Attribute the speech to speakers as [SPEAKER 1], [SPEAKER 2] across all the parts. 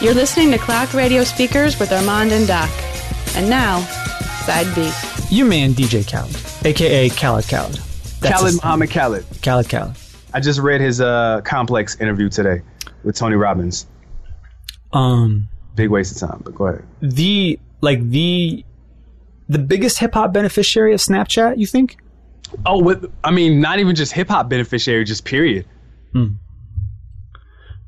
[SPEAKER 1] You're listening to Clock Radio Speakers with Armand and Doc. And now, Side B.
[SPEAKER 2] Your man DJ Khaled, aka Khaled Khaled. That's
[SPEAKER 3] Khaled
[SPEAKER 2] his-
[SPEAKER 3] Muhammad Khaled.
[SPEAKER 2] Khaled Khaled.
[SPEAKER 3] I just read his uh, complex interview today with Tony Robbins.
[SPEAKER 2] Um,
[SPEAKER 3] Big waste of time, but go ahead.
[SPEAKER 2] the like the the biggest hip hop beneficiary of Snapchat. You think?
[SPEAKER 3] Oh, with, I mean, not even just hip hop beneficiary, just period.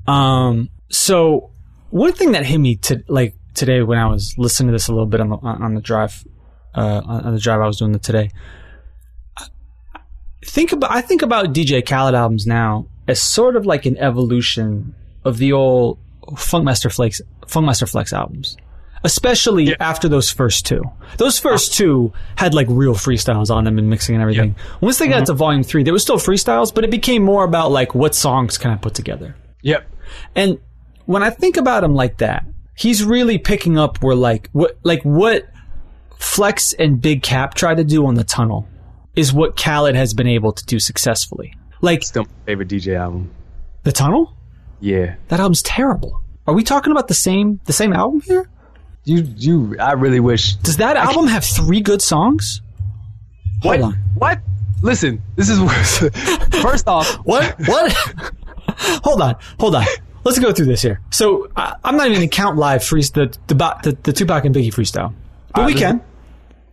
[SPEAKER 2] Um, so one thing that hit me to like today when I was listening to this a little bit on the on on the drive, uh, on on the drive I was doing the today. I- I Think about I think about DJ Khaled albums now as sort of like an evolution of the old Funkmaster Flex Funkmaster Flex albums, especially after those first two. Those first two had like real freestyles on them and mixing and everything. Once they got to Volume Three, there was still freestyles, but it became more about like what songs can I put together.
[SPEAKER 3] Yep.
[SPEAKER 2] And when I think about him like that, he's really picking up where like what like what Flex and Big Cap try to do on the tunnel is what Khaled has been able to do successfully. Like
[SPEAKER 3] Still my favorite DJ album.
[SPEAKER 2] the tunnel?
[SPEAKER 3] Yeah.
[SPEAKER 2] That album's terrible. Are we talking about the same the same album here?
[SPEAKER 3] You, you, I really wish.
[SPEAKER 2] Does that album have three good songs?
[SPEAKER 3] What?
[SPEAKER 2] on.
[SPEAKER 3] What? Listen, this is first off.
[SPEAKER 2] What? What? hold on. Hold on. Let's go through this here. So I, I'm not even gonna count live freeze the the bo- the, the Tupac and Biggie freestyle, but we
[SPEAKER 3] this-
[SPEAKER 2] can.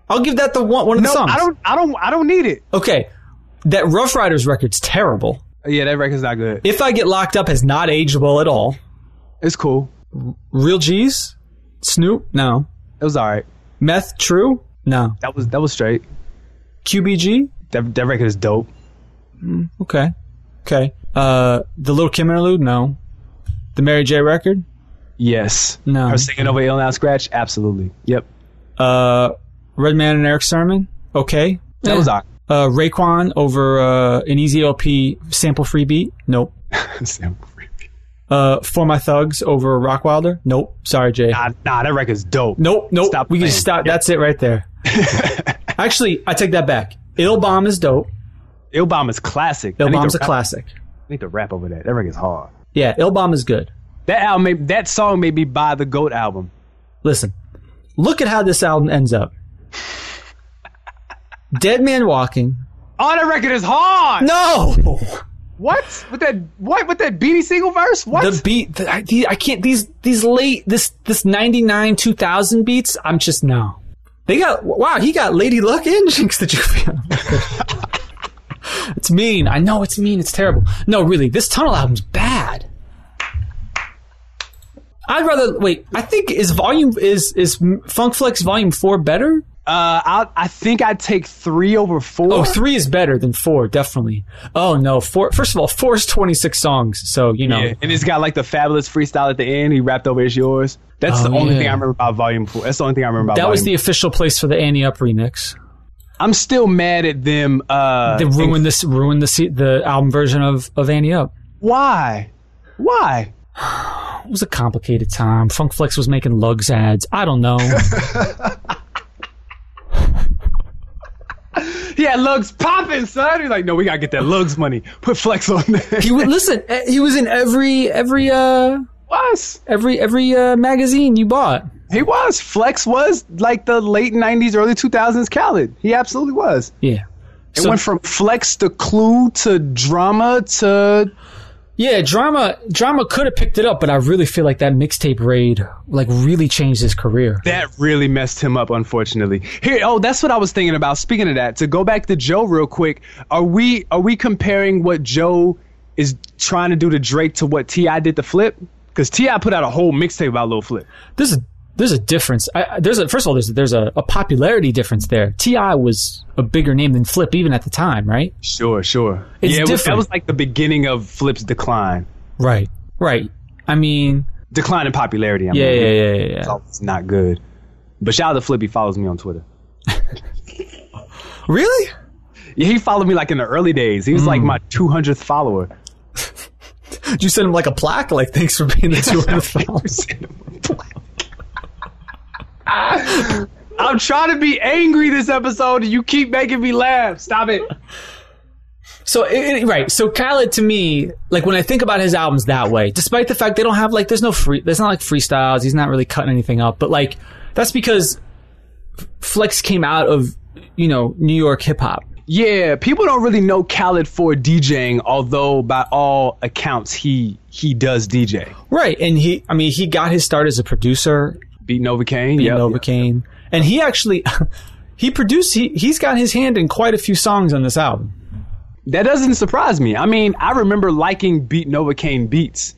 [SPEAKER 2] I'll give that the one one of
[SPEAKER 3] No,
[SPEAKER 2] the songs.
[SPEAKER 3] I don't. I don't. I don't need it.
[SPEAKER 2] Okay, that Rough Riders record's terrible.
[SPEAKER 3] Yeah, that record's not good.
[SPEAKER 2] If I Get Locked Up has not aged well at all.
[SPEAKER 3] It's cool.
[SPEAKER 2] Real G's, Snoop, no.
[SPEAKER 3] It was all right.
[SPEAKER 2] Meth, True, no.
[SPEAKER 3] That was that was straight.
[SPEAKER 2] QBG,
[SPEAKER 3] That that record is dope.
[SPEAKER 2] okay, okay. Uh, the Little Kim interlude, no. The Mary J record,
[SPEAKER 3] Yes.
[SPEAKER 2] No.
[SPEAKER 3] Her singing over Ill Now Scratch. Absolutely. Yep.
[SPEAKER 2] uh, Redman and Eric Sermon, okay.
[SPEAKER 3] That was all right.
[SPEAKER 2] Uh, Raekwon over uh, an Easy LP sample free beat, nope.
[SPEAKER 3] Sam Freak.
[SPEAKER 2] Uh, For My Thugs over Rockwilder, nope. Sorry, Jay.
[SPEAKER 3] Nah, nah, that record's dope.
[SPEAKER 2] Nope, nope.
[SPEAKER 3] Stop
[SPEAKER 2] we can
[SPEAKER 3] playing.
[SPEAKER 2] just stop. That's it right there. Actually, I take that back. Ill Bomb is dope.
[SPEAKER 3] Ill Bomb is classic. I
[SPEAKER 2] Ill
[SPEAKER 3] need to
[SPEAKER 2] Bomb's a
[SPEAKER 3] rap-
[SPEAKER 2] classic.
[SPEAKER 3] I need to rap over that. That record's hard.
[SPEAKER 2] Yeah, Ill Bomb is good.
[SPEAKER 3] That album. May, that song may be by the Goat album.
[SPEAKER 2] Listen, look at how this album ends up. Dead Man Walking.
[SPEAKER 3] Oh, that record is hard.
[SPEAKER 2] No,
[SPEAKER 3] What with that? What with that beady single verse? What?
[SPEAKER 2] the beat. The, I, the- I can't. These these late this this ninety nine two thousand beats. I'm just no. They got wow. He got Lady Luck and Jinx the Juvenile. it's mean. I know it's mean. It's terrible. No, really, this Tunnel album's bad. I'd rather wait. I think is volume is is Funk Flex volume four better?
[SPEAKER 3] Uh, I I think I take three over four.
[SPEAKER 2] Oh, three is better than four, definitely. Oh no, four. First of all, four is twenty six songs, so you know.
[SPEAKER 3] Yeah, and it's got like the fabulous freestyle at the end. He rapped over "It's Yours." That's
[SPEAKER 2] Oh,
[SPEAKER 3] the only
[SPEAKER 2] yeah.
[SPEAKER 3] thing I remember about Volume Four. That's the only thing I remember about.
[SPEAKER 2] That was the
[SPEAKER 3] volume
[SPEAKER 2] official place for the Annie Up remix.
[SPEAKER 3] four. I'm still mad at them. Uh,
[SPEAKER 2] They ruined this, ruined the se- the album version of of Annie Up.
[SPEAKER 3] Why? Why?
[SPEAKER 2] It was a complicated time. Funk Flex was making lugs ads. I don't know.
[SPEAKER 3] He had lugs popping, son. He's like, no, we gotta get that lugs money. Put flex on that.
[SPEAKER 2] he would listen. eh, He was in every every uh
[SPEAKER 3] was.
[SPEAKER 2] every every uh, magazine you bought.
[SPEAKER 3] He was. Flex was like the late '90s, early 2000s Khaled. He absolutely was.
[SPEAKER 2] Yeah.
[SPEAKER 3] It
[SPEAKER 2] So-
[SPEAKER 3] went from flex to clue to drama to
[SPEAKER 2] Yeah, drama drama could have picked it up, but I really feel like that mixtape raid like really changed his career.
[SPEAKER 3] That really messed him up, unfortunately. Here, oh, that's what I was thinking about. Speaking of that, to go back to Joe real quick, are we are we comparing what Joe is trying to do to Drake to what Ti did to Flip? Because Ti put out a whole mixtape about Lil Flip.
[SPEAKER 2] there's a there's a difference. I, I- there's a first of all there's there's a, a popularity difference there. Ti was a bigger name than Flip even at the time, right?
[SPEAKER 3] Sure, sure.
[SPEAKER 2] It's
[SPEAKER 3] yeah, it was, that
[SPEAKER 2] different.
[SPEAKER 3] was like the beginning of Flip's decline,
[SPEAKER 2] Right, right. I mean,
[SPEAKER 3] decline in popularity. I
[SPEAKER 2] yeah,
[SPEAKER 3] mean,
[SPEAKER 2] yeah, yeah, yeah. yeah.
[SPEAKER 3] It's always not good. But shout out to Flip, he follows me on Twitter.
[SPEAKER 2] Really?
[SPEAKER 3] Yeah, he followed me like in the early days. He was like my 200th follower.
[SPEAKER 2] Did you send him like a plaque? Like, thanks for being the 200 followers.
[SPEAKER 3] I'm trying to be angry this episode, and you keep making me laugh. Stop it.
[SPEAKER 2] So it, it- right, so Khaled to me, like when I think about his albums that way, despite the fact they don't have like there's no free, there's not like freestyles. He's not really cutting anything up, but like that's because Flex came out of you know New York hip hop.
[SPEAKER 3] Yeah, people don't really know Khaled for DJing, although by all accounts he he does DJ.
[SPEAKER 2] Right, and he, I mean, he got his start as a producer,
[SPEAKER 3] Beat Novocaine,
[SPEAKER 2] yep,
[SPEAKER 3] yeah.
[SPEAKER 2] Novocaine, and he actually he produced. He he's got his hand in quite a few songs on this album.
[SPEAKER 3] That doesn't surprise me. I mean, I remember liking Beat Novocaine beats.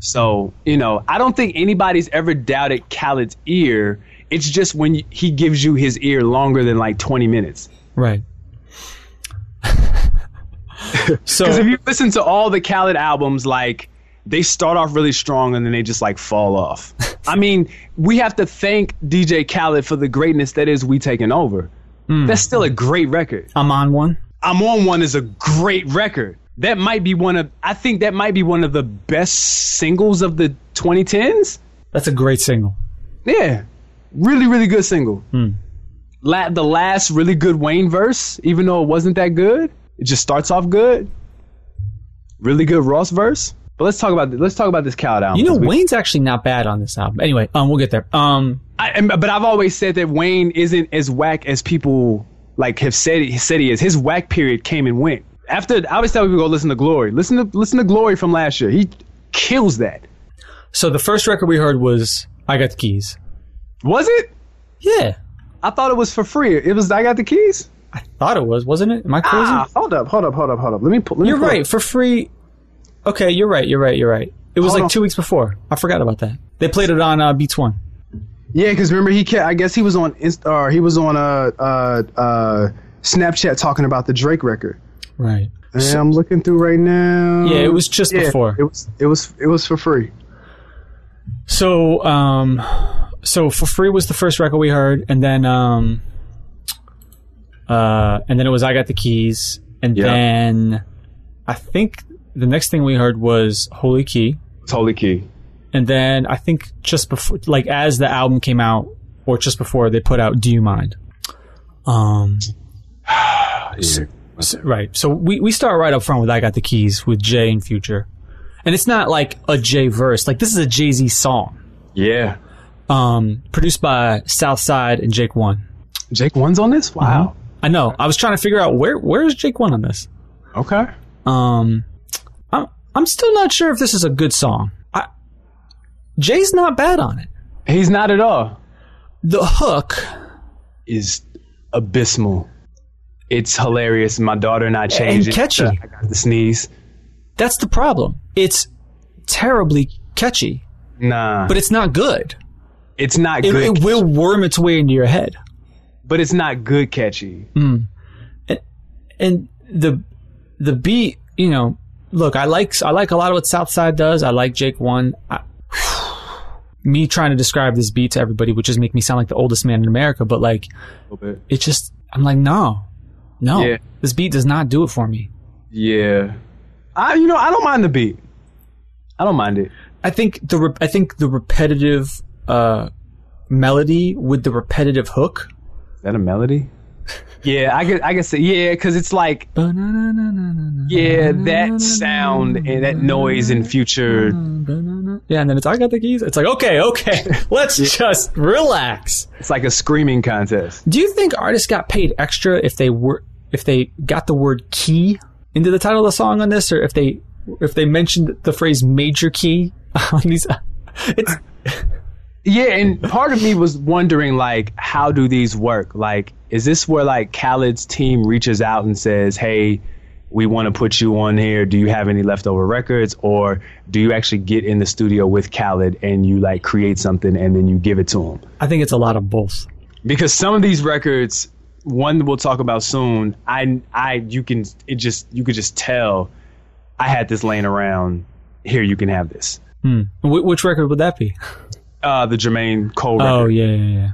[SPEAKER 3] So you know, I don't think anybody's ever doubted Khaled's ear. It's just when y- he gives you his ear longer than like 20 minutes.
[SPEAKER 2] Right. so
[SPEAKER 3] Because if you listen to all the Khaled albums, like they start off really strong and then they just like fall off. I mean, we have to thank DJ Khaled for the greatness that is We Taking Over. That's still a great record.
[SPEAKER 2] I'm on one.
[SPEAKER 3] I'm on one is a great record. That might be one of I think that might be one of the best singles of the 2010s.
[SPEAKER 2] That's a great single.
[SPEAKER 3] Yeah. Really, really good single.
[SPEAKER 2] Hmm.
[SPEAKER 3] La- the last really good Wayne verse, even though it wasn't that good, it just starts off good. Really good Ross verse. But let's talk about th- let's talk about this Khaled album.
[SPEAKER 2] You know,
[SPEAKER 3] 'cause we-
[SPEAKER 2] Wayne's actually not bad on this album. Anyway, um, we'll get there. Um,
[SPEAKER 3] I, and- but I've always said that Wayne isn't as whack as people like have said he said he is. His whack period came and went. After I always tell people go listen to Glory. Listen to listen to Glory from last year. He kills that.
[SPEAKER 2] so the first record we heard was "I Got the Keys."
[SPEAKER 3] Was it?
[SPEAKER 2] Yeah,
[SPEAKER 3] I thought it was for free. It was I got the keys.
[SPEAKER 2] thought it was, wasn't it? Am I crazy?
[SPEAKER 3] Ah, hold up, hold up, hold up, hold up. Let me pull. Let me
[SPEAKER 2] you're
[SPEAKER 3] pull up.
[SPEAKER 2] right. For free. Okay, you're right. You're right. You're right. It was
[SPEAKER 3] Hold
[SPEAKER 2] like
[SPEAKER 3] on.
[SPEAKER 2] two weeks before. I forgot about that. They played it on uh, Beats One.
[SPEAKER 3] Yeah, because remember he kept, I guess he was on Inst- or he was on uh, uh, uh, Snapchat talking about the Drake record.
[SPEAKER 2] Right.
[SPEAKER 3] And I'm looking through right now.
[SPEAKER 2] Yeah, it was just
[SPEAKER 3] Yeah,
[SPEAKER 2] before.
[SPEAKER 3] It was it was it was for free.
[SPEAKER 2] So, um, so for free was the first record we heard, and then, um, uh, and then it was I got the keys, and
[SPEAKER 3] Yeah.
[SPEAKER 2] then I think the next thing we heard was Holy Key,
[SPEAKER 3] Totally key.
[SPEAKER 2] and then I think just before, like as the album came out, or just before they put out Do You Mind? Um, so- right. So we we start right up front with I got the keys with Jay and Future, and it's not like a Jay verse. Like this is a Jay Z song
[SPEAKER 3] Yeah.
[SPEAKER 2] um, produced by Southside and Jake One.
[SPEAKER 3] Jake one's on this. Wow.
[SPEAKER 2] I know. I was trying to figure out where where is Jake One on this.
[SPEAKER 3] Okay.
[SPEAKER 2] Um, I'm I'm still not sure if this is a good song. I, Jay's not bad on it.
[SPEAKER 3] He's not at all.
[SPEAKER 2] The hook,
[SPEAKER 3] Is abysmal. It's hilarious. My daughter and I changed it.
[SPEAKER 2] catchy.
[SPEAKER 3] I got the sneeze.
[SPEAKER 2] that's the problem. It's terribly catchy,
[SPEAKER 3] Nah,
[SPEAKER 2] but it's not good.
[SPEAKER 3] it's not
[SPEAKER 2] It,
[SPEAKER 3] good.
[SPEAKER 2] it will worm its way into your head.
[SPEAKER 3] but it's not good catchy.
[SPEAKER 2] and the the beat, you know, look, I like I like a lot of what Southside does. I like Jake One. I, me trying to describe this beat to everybody would just make me sound like the oldest man in America, but like it just I'm like no. No.
[SPEAKER 3] Yeah.
[SPEAKER 2] This beat does not do it for me.
[SPEAKER 3] Yeah. I you know, I don't mind the beat. I don't mind it.
[SPEAKER 2] I think the re- I think the repetitive uh melody with the repetitive hook
[SPEAKER 3] Is that a melody? yeah, I could I could say yeah, because it's like yeah, that sound and that noise in future.
[SPEAKER 2] yeah and then it's I got the keys it's like okay okay let's just relax
[SPEAKER 3] It's like a screaming contest.
[SPEAKER 2] Do you think artists got paid extra if they were if they got the word key into the title of the song on this, or if they if they mentioned the phrase major key on these? It's
[SPEAKER 3] Yeah, and part of me was wondering like, how do these work? Like, is this where like Khaled's team reaches out and says, Hey, we want to put you on here. Do you have any leftover records? Or do you actually get in the studio with Khaled and you like create something and then you give it to him?
[SPEAKER 2] I think it's a lot of both.
[SPEAKER 3] because some of these records one that we'll talk about soon i i you can it just you could just tell i had this laying around here you can have this
[SPEAKER 2] Wh- which record would that be?
[SPEAKER 3] uh the jermaine cole record
[SPEAKER 2] Oh yeah, yeah, yeah.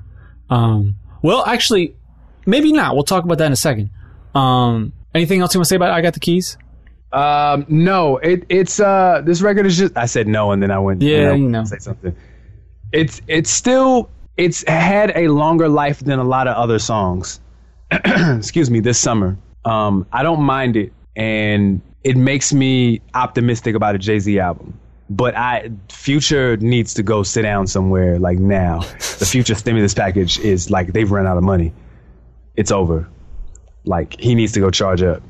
[SPEAKER 2] Um, well, actually, maybe not. We'll talk about that in a second. Um, anything else you want to say about I got the keys?
[SPEAKER 3] um no it it's uh this record is just i said no and then i went
[SPEAKER 2] Yeah,
[SPEAKER 3] and I
[SPEAKER 2] you know.
[SPEAKER 3] say something it's it's still it's had a longer life than a lot of other songs excuse me this summer um i don't mind it and it makes me optimistic about a Jay Z album. But I future needs to go sit down somewhere like now. The future stimulus package is like they've run out of money. It's over. Like he needs to go charge up.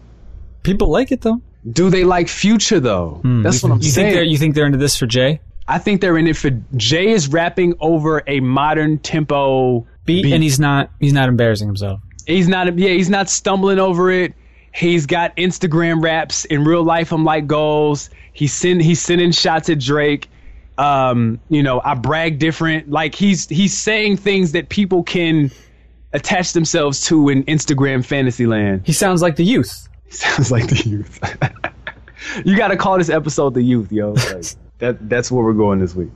[SPEAKER 2] People like it though.
[SPEAKER 3] Do they like future though? That's what I'm
[SPEAKER 2] Hmm. You think
[SPEAKER 3] saying.
[SPEAKER 2] they're you think they're into this for Jay?
[SPEAKER 3] I think they're in it for Jay is rapping over a modern tempo
[SPEAKER 2] Beat, and he's not he's not embarrassing himself.
[SPEAKER 3] He's not yeah, he's not stumbling over it. He's got Instagram raps in real life. I'm like goals. He's send he's sending shots at Drake. Um, you know, I brag different. Like he's he's saying things that people can attach themselves to in Instagram fantasy land.
[SPEAKER 2] He sounds like the youth.
[SPEAKER 3] Sounds like the youth. you gotta call this episode the youth, yo. Like, that that's where we're going this week.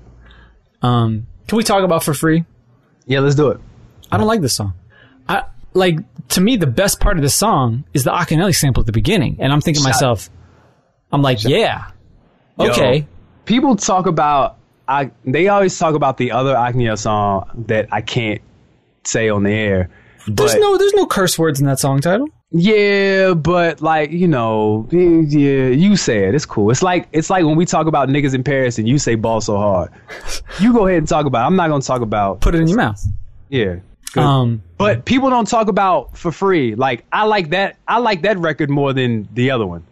[SPEAKER 2] Um, can we talk about for free?
[SPEAKER 3] Yeah, let's do it.
[SPEAKER 2] I don't like this song. I like to me the best part of the song is the Akinelli sample at the beginning, and I'm thinking to myself, I'm like, yeah, okay,
[SPEAKER 3] people talk about I they always talk about the other Agnia song that I can't say on the air.
[SPEAKER 2] There's
[SPEAKER 3] but-
[SPEAKER 2] no there's no curse words in that song title.
[SPEAKER 3] Yeah, but like, you know, yeah, yeah, you say it. It's cool. It's like it's like when we talk about niggas in Paris and you say ball so hard. You go ahead and talk about. it. I'm not going to talk about
[SPEAKER 2] Put it in your mouth.
[SPEAKER 3] yeah. Good.
[SPEAKER 2] Um,
[SPEAKER 3] but people don't talk about for free. Like I like that I like that record more than the other one.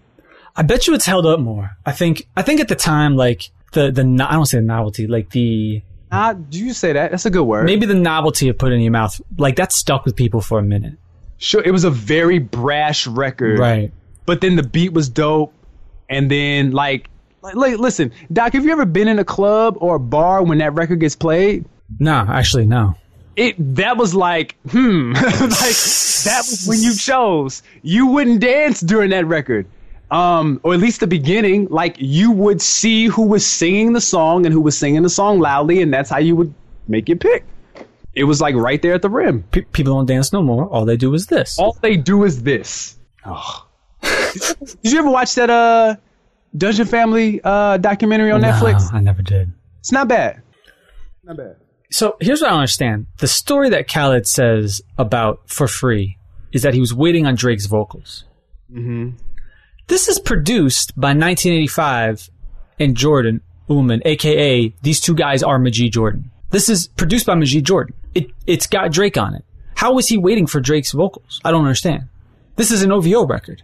[SPEAKER 2] I bet you it's held up more. I think I think at the time like the the no- I don't say the novelty like the
[SPEAKER 3] Ah, do you say that? That's a good word.
[SPEAKER 2] maybe the novelty of put it in your mouth like that stuck with people for a minute.
[SPEAKER 3] Sure, it was a very brash record.
[SPEAKER 2] Right.
[SPEAKER 3] but then the beat was dope and then like like, like, listen doc have you ever been in a club or a bar when that record gets played
[SPEAKER 2] No, actually no.
[SPEAKER 3] it that was like hmm like that was when you chose you wouldn't dance during that record um or at least the beginning like you would see who was singing the song and who was singing the song loudly and that's how you would make your pick it was like right there at the rim
[SPEAKER 2] Pe- people don't dance no more. All they do is this.
[SPEAKER 3] all they do is this. Did you ever watch that uh Dungeon Family uh documentary on
[SPEAKER 2] No,
[SPEAKER 3] Netflix?
[SPEAKER 2] I never did.
[SPEAKER 3] It's not bad. Not bad.
[SPEAKER 2] So here's what I don't understand. The story that Khaled says about for free is that he was waiting on Drake's vocals. Mm-hmm. This is produced by 1985 and Jordan Uman, aka these two guys are Majid Jordan. This is produced by Majid Jordan. It it's got Drake on it. How was he waiting for Drake's vocals? I don't understand. This is an OVO record.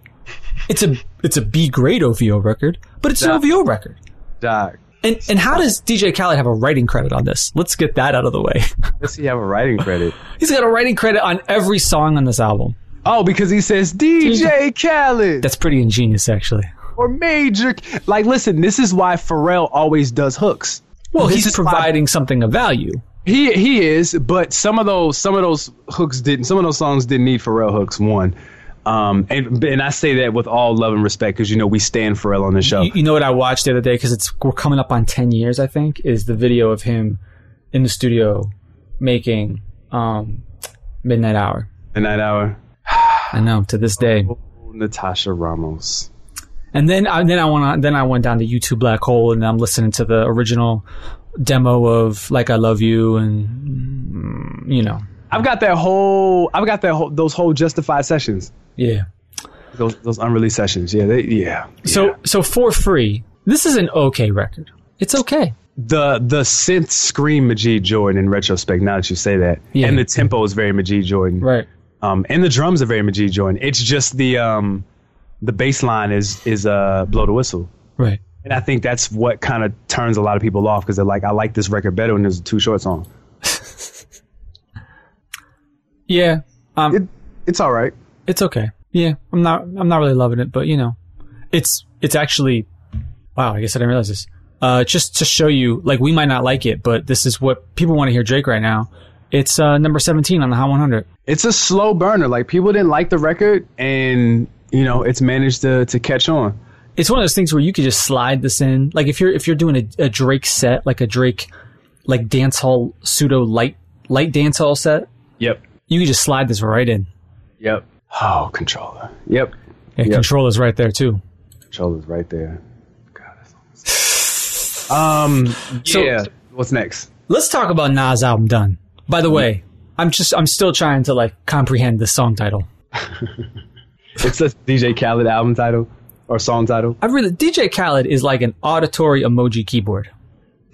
[SPEAKER 2] It's a it's a B grade OVO record, but it's an
[SPEAKER 3] Yeah.
[SPEAKER 2] OVO record.
[SPEAKER 3] Doc.
[SPEAKER 2] And and how does DJ Khaled have a writing credit on this? Let's get that out of the way.
[SPEAKER 3] Does he have a writing credit?
[SPEAKER 2] He's got a writing credit on every song on this album.
[SPEAKER 3] Oh, because he says DJ Khaled
[SPEAKER 2] That's pretty ingenious, actually.
[SPEAKER 3] or Major. K-" Like, listen, this is why Pharrell always does hooks.
[SPEAKER 2] Well,
[SPEAKER 3] This
[SPEAKER 2] he's
[SPEAKER 3] is why-
[SPEAKER 2] providing something of value.
[SPEAKER 3] He he is, but some of those some of those hooks didn't. Some of those songs didn't need Pharrell hooks. One, um, and and I say that with all love and respect because you know we stand Pharrell on the show.
[SPEAKER 2] You, you know what I watched the other day because it's we're coming up on ten years. I think is the video of him in the studio making um, Midnight Hour.
[SPEAKER 3] The Night Hour.
[SPEAKER 2] I know to this day.
[SPEAKER 3] Natasha Ramos.
[SPEAKER 2] And then I then I went on, then I went down the YouTube black hole and I'm listening to the original demo of Like I Love You and mm, you know
[SPEAKER 3] I've got that whole. I've got that whole. Those whole justified sessions.
[SPEAKER 2] yeah.
[SPEAKER 3] Those those unreleased sessions. Yeah, they, yeah.
[SPEAKER 2] So so for free, this is an okay record. It's okay.
[SPEAKER 3] the the synth scream Majid Jordan in retrospect. Now that you say that,
[SPEAKER 2] Yeah.
[SPEAKER 3] and the tempo is very Majid Jordan.
[SPEAKER 2] Right.
[SPEAKER 3] Um, and the drums are very Majid Jordan. It's just the um, the bass line is is uh blow the whistle.
[SPEAKER 2] Right.
[SPEAKER 3] And I think that's what kind of turns a lot of people off because they're like, I like this record better when there's a two short song.
[SPEAKER 2] Yeah. Um
[SPEAKER 3] It it's all right.
[SPEAKER 2] it's okay. Yeah. I'm not I'm not really loving it, but you know. It's it's actually wow, I guess I didn't realize this. Uh just to show you, like we might not like it, but this is what people want to hear Drake right now. It's uh number seventeen on the Hot one hundred.
[SPEAKER 3] It's a slow burner. Like people didn't like the record, and you know it's managed to to catch on.
[SPEAKER 2] it's one of those things where you could just slide this in. Like if you're if you're doing a, a Drake set, like a Drake like dance hall pseudo light light dance hall set,
[SPEAKER 3] Yep.
[SPEAKER 2] you could just slide this right in.
[SPEAKER 3] Yep. Oh, controller. Yep.
[SPEAKER 2] Yeah,
[SPEAKER 3] Yep.
[SPEAKER 2] controller's right there too.
[SPEAKER 3] Controller's right there. God, that's almost- um. yeah. What's next?
[SPEAKER 2] Let's talk about Nas album done. By the way, I'm just I'm still trying to like comprehend the song title.
[SPEAKER 3] It's a DJ Khaled album title. or song title.
[SPEAKER 2] I really DJ Khaled is like an auditory emoji keyboard.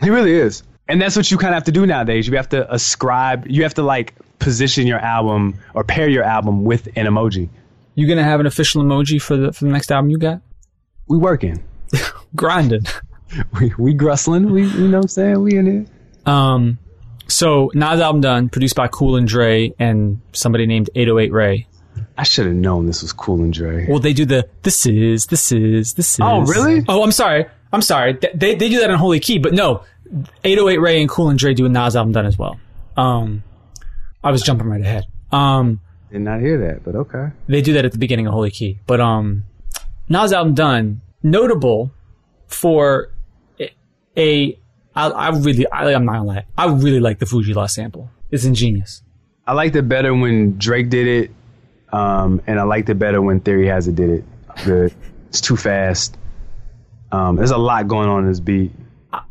[SPEAKER 3] He really is. And that's what you kind of have to do nowadays. You have to ascribe, you have to like position your album or pair your album with an emoji.
[SPEAKER 2] You gonna have an official emoji for the for the next album you got?
[SPEAKER 3] We working.
[SPEAKER 2] Grinding.
[SPEAKER 3] We, we grustling. We, you know what I'm saying? We in it.
[SPEAKER 2] Um, so Nas album done, produced by Cool and Dre and somebody named 808 Ray.
[SPEAKER 3] I should have known this was cool and Dre.
[SPEAKER 2] Well, they do the this is this is this is.
[SPEAKER 3] Oh, really?
[SPEAKER 2] Oh, I'm sorry. I'm sorry. Th- They they do that in Holy Key, but no, 808 Ray and Cool and Dre do a Nas album done as well. Um, I was jumping right ahead. Um,
[SPEAKER 3] Did not hear that, but okay.
[SPEAKER 2] they do that at the beginning of Holy Key. But um, Nas album done notable for a- a I, I really I, I'm not gonna lie I really like the Fuji Law sample. It's ingenious.
[SPEAKER 3] I liked it better when Drake did it, um, and I liked it better when Theory Has It did it. The, it's too fast. Um, there's a lot going on in this beat.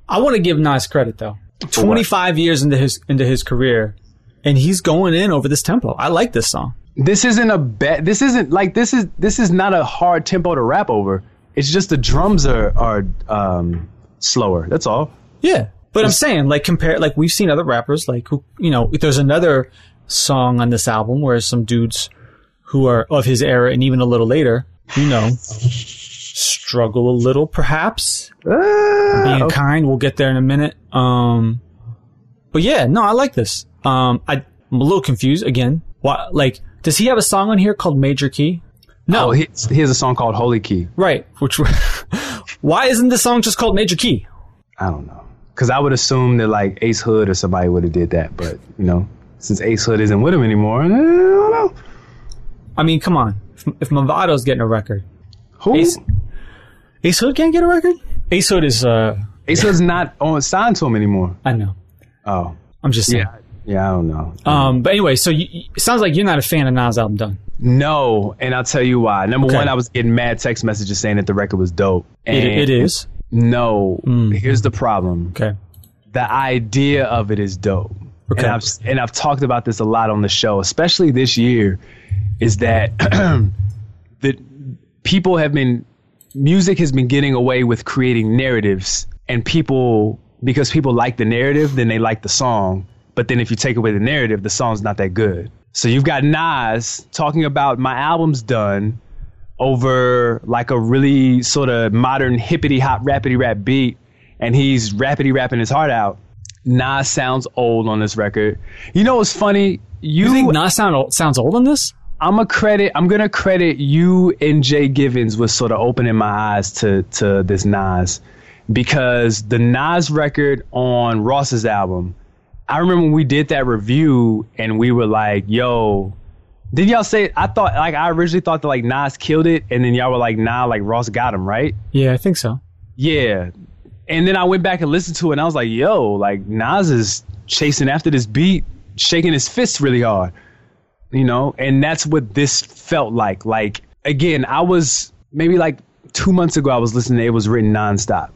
[SPEAKER 2] I want to give Nas credit though. 25 years into his into his career, and he's going in over this tempo. I like this song.
[SPEAKER 3] This isn't a bet. This isn't like this is this is not a hard tempo to rap over. It's just the drums are are um, slower. That's all.
[SPEAKER 2] Yeah, but I'm saying like compare like we've seen other rappers like who you know there's another song on this album where some dudes who are of his era and even a little later, you know, struggle a little perhaps. Being kind, we'll get there in a minute. Um, but yeah, no, I like this. Um, I, I'm a little confused again. Why, like, does he have a song on here called Major Key? No,
[SPEAKER 3] Oh, he, he has a song called Holy Key.
[SPEAKER 2] Right. Which why isn't this song just called Major Key?
[SPEAKER 3] I don't know. Cause I would assume that like Ace Hood or somebody would have did that, but you know, since Ace Hood isn't with him anymore, eh, I don't know.
[SPEAKER 2] I mean, come on. If, if Movado's getting a record,
[SPEAKER 3] Who?
[SPEAKER 2] Ace, Ace Hood can't get a record. Ace Hood is uh,
[SPEAKER 3] Ace Hood's not on signed to him anymore.
[SPEAKER 2] I know.
[SPEAKER 3] Oh,
[SPEAKER 2] I'm just saying.
[SPEAKER 3] yeah, yeah, I don't know.
[SPEAKER 2] Um, but anyway, so you, it sounds like you're not a fan of Nas album done.
[SPEAKER 3] no, and I'll tell you why. Number
[SPEAKER 2] Okay.
[SPEAKER 3] one, I was getting mad text messages saying that the record was dope.
[SPEAKER 2] It,
[SPEAKER 3] And
[SPEAKER 2] it is
[SPEAKER 3] No, here's the problem.
[SPEAKER 2] okay.
[SPEAKER 3] the idea of it is dope.
[SPEAKER 2] Okay.
[SPEAKER 3] And I've and I've talked about this a lot on the show, especially this year, is that that people have been music has been getting away with creating narratives and people because people like the narrative, then they like the song. But then if you take away the narrative, the song's not that good. So you've got Nas talking about my album's done over like a really sort of modern hippity hop rappity rap beat and he's rappity rapping his heart out. Nas sounds old on this record. You know what's funny? You,
[SPEAKER 2] You think Nas sound old, sounds old on this?
[SPEAKER 3] I'm a credit. I'm gonna credit you and Jay Givens with sort of opening my eyes to to this Nas, because the Nas record on Ross's album. I remember when we did that review and we were like, "Yo." Did y'all say I thought like I originally thought that like Nas killed it and then y'all were like nah like Ross got him right
[SPEAKER 2] Yeah, I think so.
[SPEAKER 3] yeah. And then I went back and listened to it and I was like, yo, like Nas is chasing after this beat, shaking his fists really hard. You know? And that's what this felt like. Like, again, I was maybe like two months ago I was listening to it was written nonstop.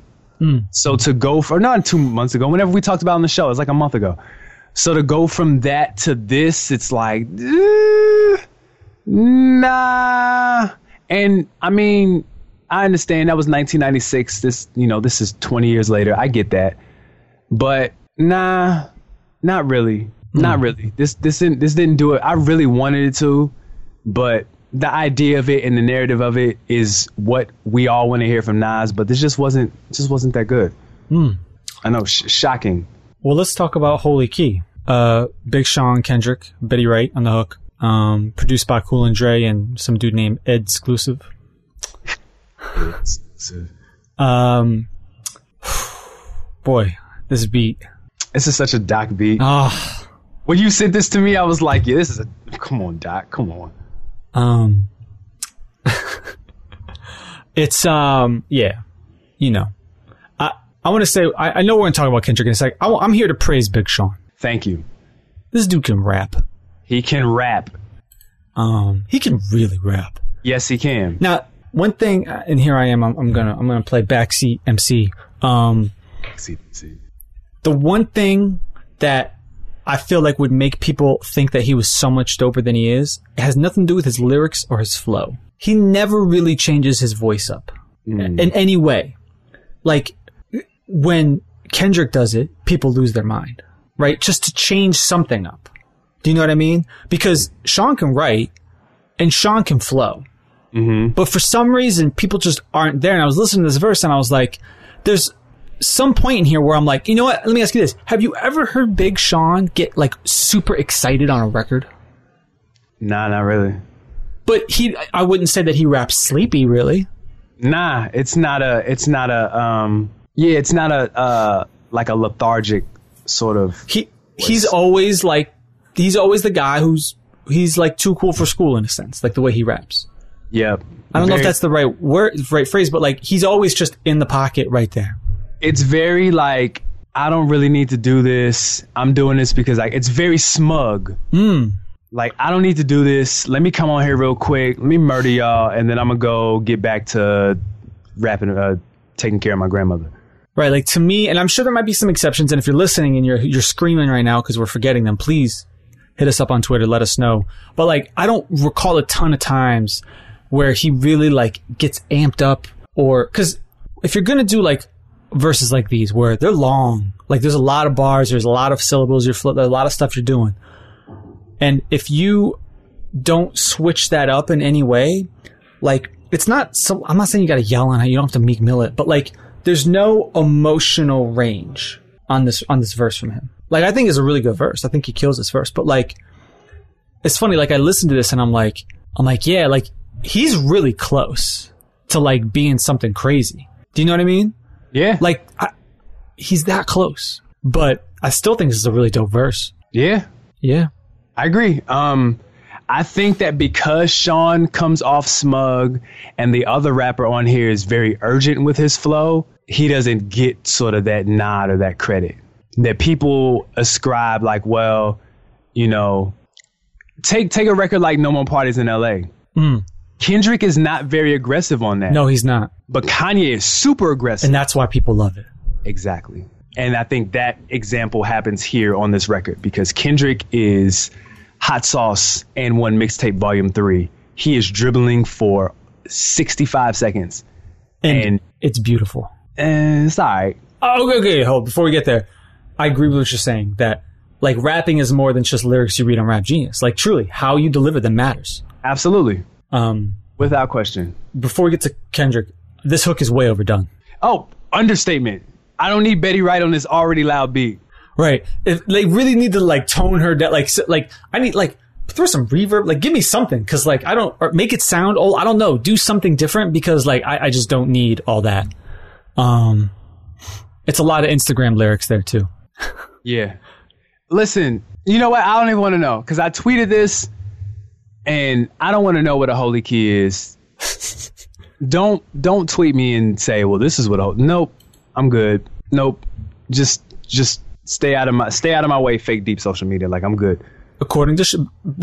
[SPEAKER 3] So to go for not two months ago, whenever we talked about it on the show, it's like a month ago. So to go from that to this, it's like eh, nah. And I mean, I understand that was 1996. This, you know, this is 20 years later. I get that, but nah, not really, not really. This, this didn't, this didn't do it. I really wanted it to, but the idea of it and the narrative of it is what we all want to hear from Nas. But this just wasn't, just wasn't that good. I know, sh- shocking.
[SPEAKER 2] Well, let's talk about Holy Key. Uh, Big Sean, Kendrick, Betty Wright on the hook. Um, produced by Cool and Dre and some dude named Ed Exclusive. Um, boy, this beat.
[SPEAKER 3] This is such a Doc beat.
[SPEAKER 2] Ah,
[SPEAKER 3] When you sent this to me, I was like, yeah, this is a come on, Doc, come on.
[SPEAKER 2] um, it's um, yeah, you know, I I want to say I, I know we're gonna talk about Kendrick in a sec. I, am here to praise Big Sean.
[SPEAKER 3] Thank you.
[SPEAKER 2] This dude can rap.
[SPEAKER 3] He can rap.
[SPEAKER 2] Um, he can really rap.
[SPEAKER 3] Yes, he can.
[SPEAKER 2] Now, one thing, uh, and here I am. I'm, I'm gonna I'm gonna play backseat MC. Um,
[SPEAKER 3] See, see.
[SPEAKER 2] the one thing that I feel like would make people think that he was so much doper than he is it has nothing to do with his lyrics or his flow. He never really changes his voice up. in any way. Like when Kendrick does it, people lose their mind, right? Just to change something up. Do you know what I mean? Because Sean can write and Sean can flow. But for some reason, people just aren't there. And I was listening to this verse and I was like, there's some point in here where I'm like, you know what? Let me ask you this. Have you ever heard Big Sean get like super excited on a record?
[SPEAKER 3] Nah, not really.
[SPEAKER 2] But he, I wouldn't say that he raps sleepy really.
[SPEAKER 3] Nah, it's not a. It's not a. Um. Yeah, it's not a. Uh, like a lethargic sort of.
[SPEAKER 2] he he's always like he's always the guy who's he's like too cool for school in a sense, like the way he raps.
[SPEAKER 3] Yeah.
[SPEAKER 2] I don't know if that's the right word, right phrase, but like he's always just in the pocket right there.
[SPEAKER 3] It's very like I don't really need to do this. I'm doing this because like it's very smug.
[SPEAKER 2] Hmm.
[SPEAKER 3] Like I don't need to do this. Let me come on here real quick. Let me murder y'all, and then I'm gonna go get back to rapping, uh, taking care of my grandmother.
[SPEAKER 2] Right, like to me, and I'm sure there might be some exceptions. And if you're listening and you're you're screaming right now because we're forgetting them, please hit us up on Twitter, let us know. But like, I don't recall a ton of times where he really like gets amped up or because if you're gonna do like verses like these where they're long, like there's a lot of bars, there's a lot of syllables, you're fl- there's a lot of stuff you're doing, and if you don't switch that up in any way, like it's not so i'm not saying you gotta yell on it you don't have to meek mill it but like there's no emotional range on this on this verse from him like i think it's a really good verse i think he kills this verse but like it's funny like i listened to this and i'm like i'm like yeah like he's really close to like being something crazy do you know what i mean
[SPEAKER 3] Yeah. Like
[SPEAKER 2] like I, he's that close but i still think this is a really dope verse
[SPEAKER 3] yeah.
[SPEAKER 2] yeah
[SPEAKER 3] I agree. Um, I think that because Sean comes off smug and the other rapper on here is very urgent with his flow, he doesn't get sort of that nod or that credit that people ascribe. Like, well, you know, take take a record like No More Parties in L.A. Kendrick is not very aggressive on that,
[SPEAKER 2] no he's not
[SPEAKER 3] but Kanye is super aggressive.
[SPEAKER 2] and that's why people love it
[SPEAKER 3] Exactly. And I think that example happens here on this record because Kendrick is hot sauce and one mixtape volume three. He is dribbling for 65 seconds.
[SPEAKER 2] and
[SPEAKER 3] And-
[SPEAKER 2] it's beautiful
[SPEAKER 3] And it's all right.
[SPEAKER 2] Oh, okay, okay, hold. Before we get there, I agree with what you're saying that like rapping is more than just lyrics you read on Rap Genius. Like truly, how you deliver them matters.
[SPEAKER 3] Absolutely.
[SPEAKER 2] Um,
[SPEAKER 3] Without question.
[SPEAKER 2] before we get to Kendrick, this hook is way overdone.
[SPEAKER 3] Oh, understatement. I don't need Betty Wright on this already loud beat.
[SPEAKER 2] Right? If they really need to like tone her down, like s- like I need like throw some reverb, like give me something because like I don't or make it sound old. I don't know, do something different because like I, I just don't need all that. Um, it's a lot of Instagram lyrics there too.
[SPEAKER 3] Yeah. Listen, you know what? I don't even want to know because I tweeted this and I don't want to know what a holy key is. don't don't tweet me and say, well, this is what a ho-. nope. I'm good. Nope. Just just stay out of my stay out of my way. Fake deep social media. Like I'm good.
[SPEAKER 2] According to Sh-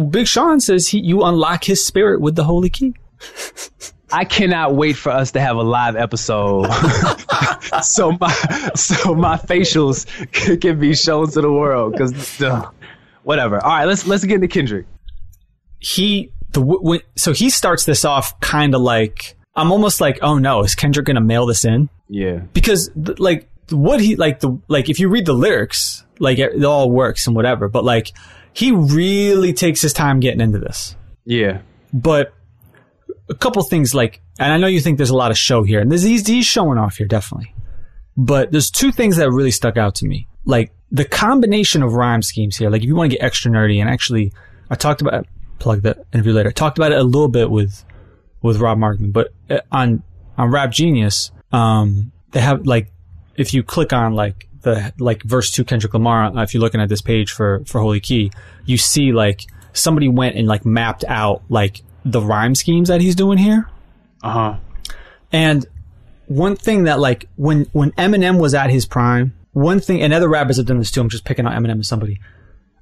[SPEAKER 2] Big Sean, says he, you unlock his spirit with the holy key.
[SPEAKER 3] I cannot wait for us to have a live episode, so my so my facials can be shown to the world. Because whatever. All right, let's let's get into Kendrick.
[SPEAKER 2] He the w- when, so he starts this off kind of like I'm almost like oh no is Kendrick gonna mail this in
[SPEAKER 3] Yeah.
[SPEAKER 2] because th- like what he like the like if you read the lyrics like it, it all works and whatever but like he really takes his time getting into this
[SPEAKER 3] Yeah.
[SPEAKER 2] but a couple things like and I know you think there's a lot of show here and this, he's he's showing off here definitely but there's two things that really stuck out to me like the combination of rhyme schemes here like if you want to get extra nerdy and actually I talked about plug that interview later I talked about it a little bit with with Rob Markman but uh, on on Rap Genius um they have like if you click on like the like verse two Kendrick Lamar, uh, if you're looking at this page for for Holy Key, you see like somebody went and like mapped out like the rhyme schemes that he's doing here.
[SPEAKER 3] Uh huh.
[SPEAKER 2] And one thing that like when when Eminem was at his prime, one thing and other rappers have done this too. I'm just picking out Eminem as somebody.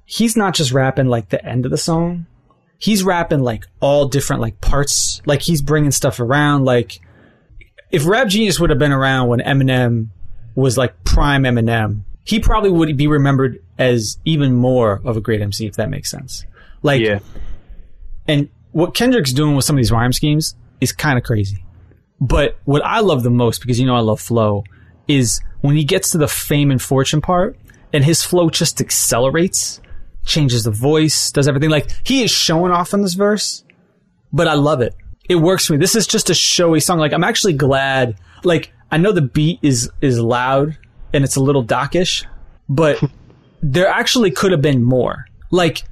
[SPEAKER 2] He's not just rapping like the end of the song. He's rapping like all different like parts. Like he's bringing stuff around. Like if Rap Genius would have been around when Eminem was like prime Eminem, he probably would be remembered as even more of a great MC if that makes sense. Like
[SPEAKER 3] Yeah.
[SPEAKER 2] and what Kendrick's doing with some of these rhyme schemes is kind of crazy. But what I love the most, because you know I love flow, is when he gets to the fame and fortune part, and his flow just accelerates, changes the voice, does everything. Like he is showing off on this verse, but I love it. It works for me. This is just a showy song. Like I'm actually glad. Like I know the beat is is loud and it's a little dockish, but there actually could have been more. Like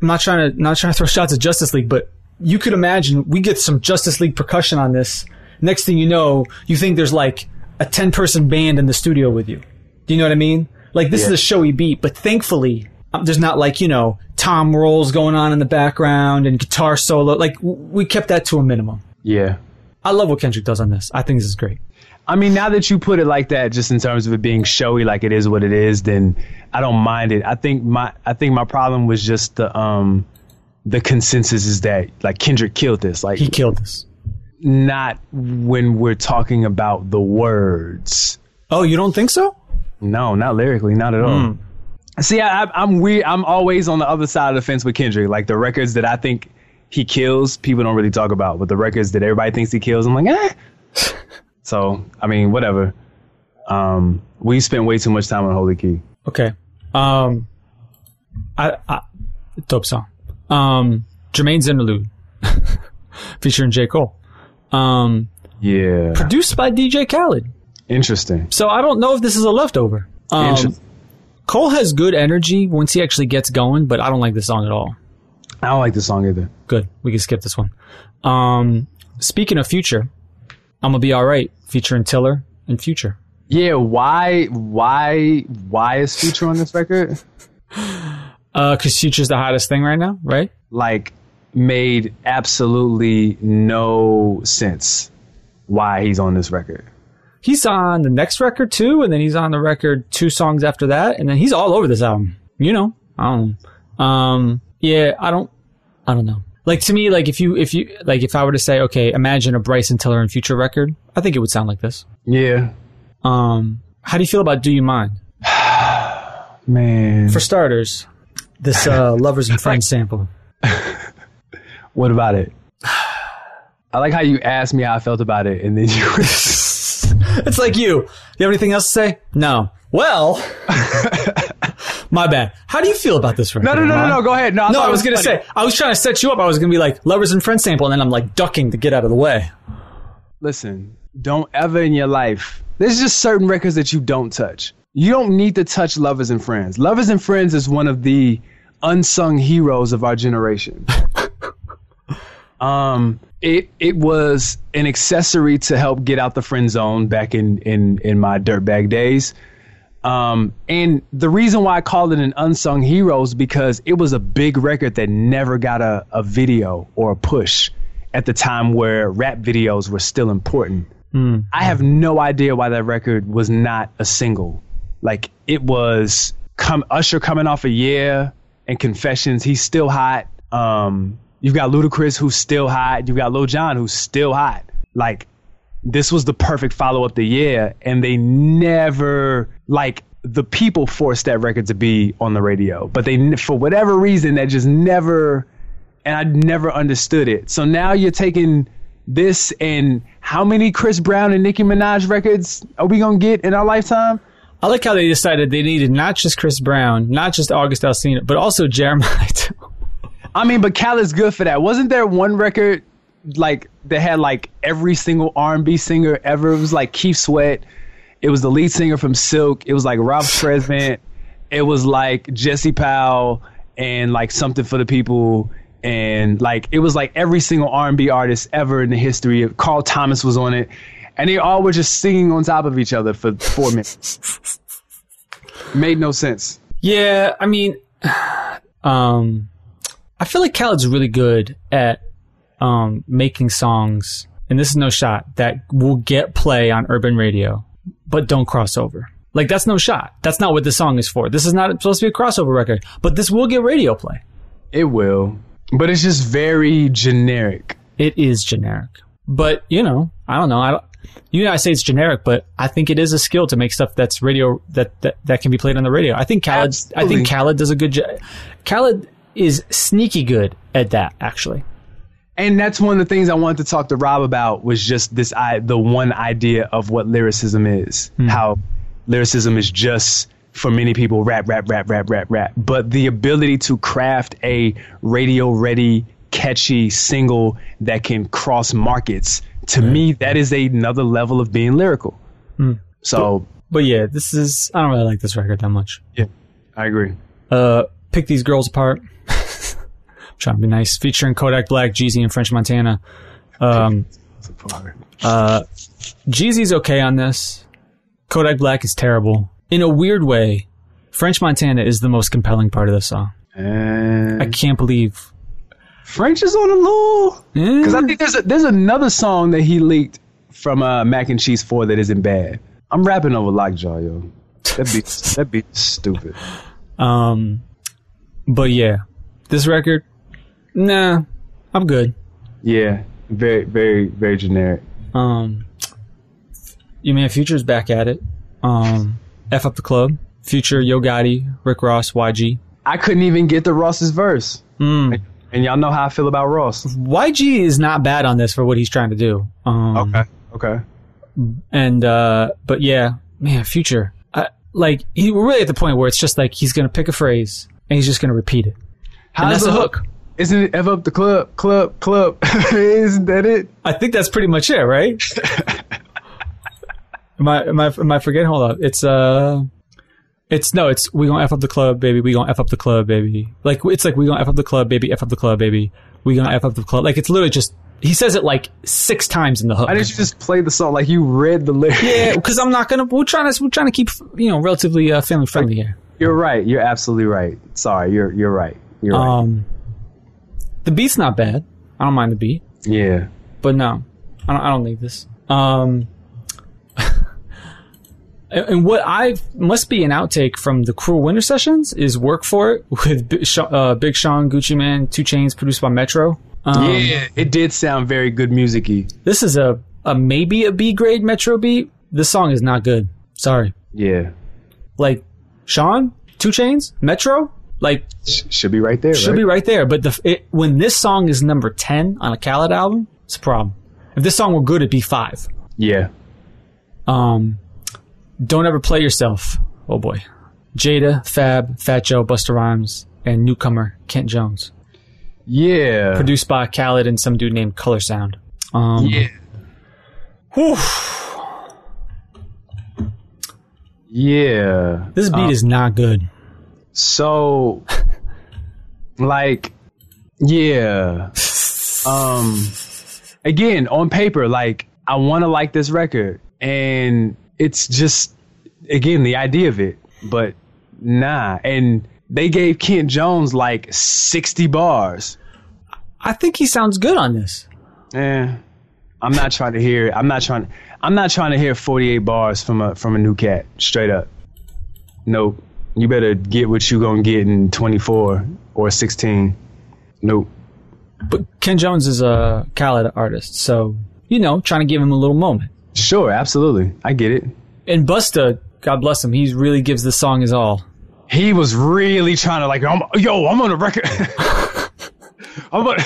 [SPEAKER 2] I'm not trying to not trying to throw shots at Justice League, but you could imagine we get some Justice League percussion on this. Next thing you know, you think there's like a ten person band in the studio with you. Do you know what I mean? Like this is a showy beat, but thankfully um, there's not like you know tom rolls going on in the background and guitar solo. Like w- we kept that to a minimum.
[SPEAKER 3] Yeah.
[SPEAKER 2] I love what Kendrick does on this. I think this is great.
[SPEAKER 3] I mean, now that you put it like that, just in terms of it being showy, like it is what it is, then I don't mind it. I think my I think my problem was just the um the consensus is that like Kendrick killed this, like
[SPEAKER 2] He killed this.
[SPEAKER 3] not when we're talking about the words.
[SPEAKER 2] Oh, you don't think so?
[SPEAKER 3] No, not lyrically, not at all. Mm. See, I, I, I'm weird. I'm always on the other side of the fence with Kendrick. Like the records that I think he kills, people don't really talk about. But the records that everybody thinks he kills, I'm like, eh. so I mean, whatever. Um, we spent way too much time on Holy Key.
[SPEAKER 2] Okay. Um, I, I dope song. Um, Jermaine's interlude featuring J Cole. Um,
[SPEAKER 3] Yeah,
[SPEAKER 2] produced by DJ Khaled.
[SPEAKER 3] interesting.
[SPEAKER 2] So I don't know if this is a leftover. Um,
[SPEAKER 3] Interesting.
[SPEAKER 2] Cole has good energy once he actually gets going, but I don't like this song at all.
[SPEAKER 3] I don't like this song either.
[SPEAKER 2] Good. We can skip this one. Um, speaking of future, I'm gonna be all right featuring Tiller and Future.
[SPEAKER 3] Yeah, why, why, why is Future on this record?
[SPEAKER 2] Uh, cause Future's the hottest thing right now, right?
[SPEAKER 3] like made absolutely no sense why he's on this record.
[SPEAKER 2] he's on the next record too, and then he's on the record two songs after that, and then he's all over this album. You know, I don't. know. Um, yeah, I don't. I don't know. Like to me, like if you if you like if I were to say, okay, imagine a Bryson Tiller and Future record, I think it would sound like this.
[SPEAKER 3] Yeah.
[SPEAKER 2] Um, how do you feel about Do You Mind?
[SPEAKER 3] Man.
[SPEAKER 2] For starters, this uh, lovers and friends sample.
[SPEAKER 3] what about it? I like how you asked me how I felt about it and then you
[SPEAKER 2] It's like you. You have anything else to say? No. Well, my bad. How do you feel about this record?
[SPEAKER 3] No, no, no, no,
[SPEAKER 2] Amon?
[SPEAKER 3] no, go ahead. No,
[SPEAKER 2] No,
[SPEAKER 3] thought
[SPEAKER 2] I
[SPEAKER 3] it
[SPEAKER 2] was gonna
[SPEAKER 3] funny.
[SPEAKER 2] say I was trying to set you up. I was gonna be like lovers and friends sample, and then I'm like ducking to get out of the way.
[SPEAKER 3] Listen, don't ever in your life. There's just certain records that you don't touch. You don't need to touch Lovers and Friends. Lovers and Friends is one of the unsung heroes of our generation. um, it it was an accessory to help get out the friend zone back in in in my dirtbag days. Um, and the reason why I call it an unsung hero is because it was a big record that never got a, a video or a push at the time where rap videos were still important. I have no idea why that record was not a single. Like it was come Usher coming off a year and Confessions, he's still hot. Um, you've got Ludacris who's still hot. You've got Lil Jon who's still hot. Like this was the perfect follow up the year, and they never like the people forced that record to be on the radio, but they n- for whatever reason that just never, and I never understood it. So now you're taking this and how many Chris Brown and Nicki Minaj records are we gonna get in our lifetime?
[SPEAKER 2] I like how they decided they needed not just Chris Brown, not just August Alsina, but also Jeremiah. too.
[SPEAKER 3] I mean, but Cal is good for that. Wasn't there one record like that had like every single R and B singer ever? It was like Keith Sweat. It was the lead singer from Silk. It was like Rob Tresvant. It was like Jesse Powell and like something for the people. And like it was like every single R and B artist ever in the history. of Carl Thomas was on it, and they all were just singing on top of each other for four minutes. Made no sense.
[SPEAKER 2] yeah, I mean, um, I feel like Khaled's really good at um, making songs, and this is no shot that will get play on urban radio, but don't cross over. Like that's no shot. That's not what this song is for. This is not supposed to be a crossover record, but this will get radio play.
[SPEAKER 3] It will, but it's just very generic.
[SPEAKER 2] it is generic. But you know, I don't know. I don't, you know, I say it's generic, but I think it is a skill to make stuff that's radio that that, that can be played on the radio. I think Khaled. I
[SPEAKER 3] Absolutely.
[SPEAKER 2] think Khaled does a good job. Khaled is sneaky good at that, actually.
[SPEAKER 3] and that's one of the things I wanted to talk to Rob about was just this I the one idea of what lyricism is. How lyricism is just for many people rap rap rap rap rap rap, but the ability to craft a radio ready catchy single that can cross markets to me that is another level of being lyrical. So
[SPEAKER 2] But yeah, this is I don't really like this record that much.
[SPEAKER 3] yeah, I agree.
[SPEAKER 2] Uh, pick these girls apart. I'm trying to be nice. Featuring Kodak Black, Jeezy, and French Montana. Um, Jeezy's okay on this. Kodak Black is terrible. In a weird way, French Montana is the most compelling part of the song.
[SPEAKER 3] And
[SPEAKER 2] I can't believe.
[SPEAKER 3] French is on the law.
[SPEAKER 2] Eh,
[SPEAKER 3] Because I think there's a, there's another song that he leaked from uh, Mac and Cheese Four that isn't bad. I'm rapping over Lockjaw, yo. That be that be stupid.
[SPEAKER 2] um, but yeah, this record, nah, I'm good.
[SPEAKER 3] Yeah, very very very generic.
[SPEAKER 2] Um, you mean Future's back at it. Um, F up the club. Future, Yo Gotti, Rick Ross, YG.
[SPEAKER 3] I couldn't even get the Ross's verse.
[SPEAKER 2] Mm.
[SPEAKER 3] And, and y'all know how I feel about Ross.
[SPEAKER 2] Mm-hmm. YG is not bad on this for what he's trying to do. Um,
[SPEAKER 3] Okay.
[SPEAKER 2] and uh but yeah man future I, like he, we're really at the point where it's just like he's gonna pick a phrase and he's just gonna repeat it and
[SPEAKER 3] How's
[SPEAKER 2] that's
[SPEAKER 3] the
[SPEAKER 2] the
[SPEAKER 3] hook?
[SPEAKER 2] hook
[SPEAKER 3] Isn't it ever up the club club club? isn't that it?
[SPEAKER 2] i think that's pretty much it right am i am i am i forgetting hold up it's uh it's no it's we gonna f up the club baby we gonna f up the club baby like it's like we gonna f up the club baby f up the club baby we gonna f up the club like it's literally just he says it like six times in the hook
[SPEAKER 3] Why didn't you just play the song like you read the lyrics?
[SPEAKER 2] yeah because i'm not gonna we're trying to we're trying to keep you know relatively uh, family friendly here
[SPEAKER 3] You're right. You're absolutely right. Sorry, you're you're right. You're right.
[SPEAKER 2] Um, the beat's not bad. I don't mind the beat,
[SPEAKER 3] Yeah.
[SPEAKER 2] but no, I don't, I don't need this. Um, and and what I must be an outtake from the Cruel Winter Sessions is "Work for It" with Big, Sha- uh, Big Sean, Gucci Man, Two Chains, produced by Metro. Um,
[SPEAKER 3] yeah, it did sound very good music-y.
[SPEAKER 2] This is a, a maybe a B grade Metro beat. This song is not good. Sorry,
[SPEAKER 3] Yeah.
[SPEAKER 2] like Sean, Two Chains, Metro, like
[SPEAKER 3] Sh- should be right there,
[SPEAKER 2] should be right there. But the f- it, when this song is number ten on a Khaled album, it's a problem. If this song were good, it'd be five.
[SPEAKER 3] Yeah.
[SPEAKER 2] Um, don't ever play yourself. Oh boy, Jada, Fab, Fat Joe, Busta Rhymes, and newcomer Kent Jones,
[SPEAKER 3] Yeah.
[SPEAKER 2] produced by Khaled and some dude named Color Sound. Um,
[SPEAKER 3] yeah.
[SPEAKER 2] whew,
[SPEAKER 3] Yeah.
[SPEAKER 2] this beat is not good.
[SPEAKER 3] So like yeah. Um again, on paper like I want to like this record and it's just again the idea of it, but nah. And they gave Kent Jones like 60 bars.
[SPEAKER 2] I think he sounds good on this.
[SPEAKER 3] Eh, I'm not trying to hear. I'm not trying. I'm not trying to hear 48 bars from a from a new cat. Straight up. Nope. You better get what you gonna get in 24 or 16. Nope.
[SPEAKER 2] But Ken Jones is a Khaled artist, so you know, trying to give him a little moment.
[SPEAKER 3] Sure, absolutely. I get it.
[SPEAKER 2] And Busta, God bless him, he really gives this song his all.
[SPEAKER 3] He was really trying to like, I'm, yo, I'm on a record. I'm on.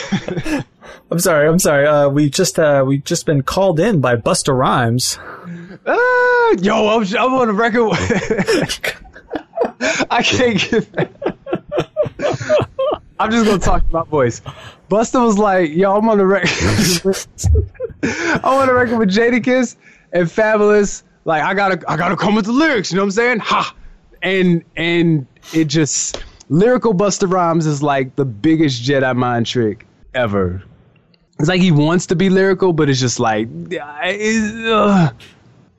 [SPEAKER 2] I'm sorry. I'm sorry. Uh, we just uh, we just been called in by Busta Rhymes.
[SPEAKER 3] Ah, yo, I'm, I'm on a record. I can't get that. I'm just gonna talk to my voice. Buster was like, yo, I'm on the record. I'm on the record with Jadakiss and Fabulous. Like, I gotta, I gotta come with the lyrics. You know what I'm saying? Ha. And and it just lyrical Buster Rhymes is like the biggest Jedi mind trick ever. It's like he wants to be lyrical, but it's just like, I- it's, uh,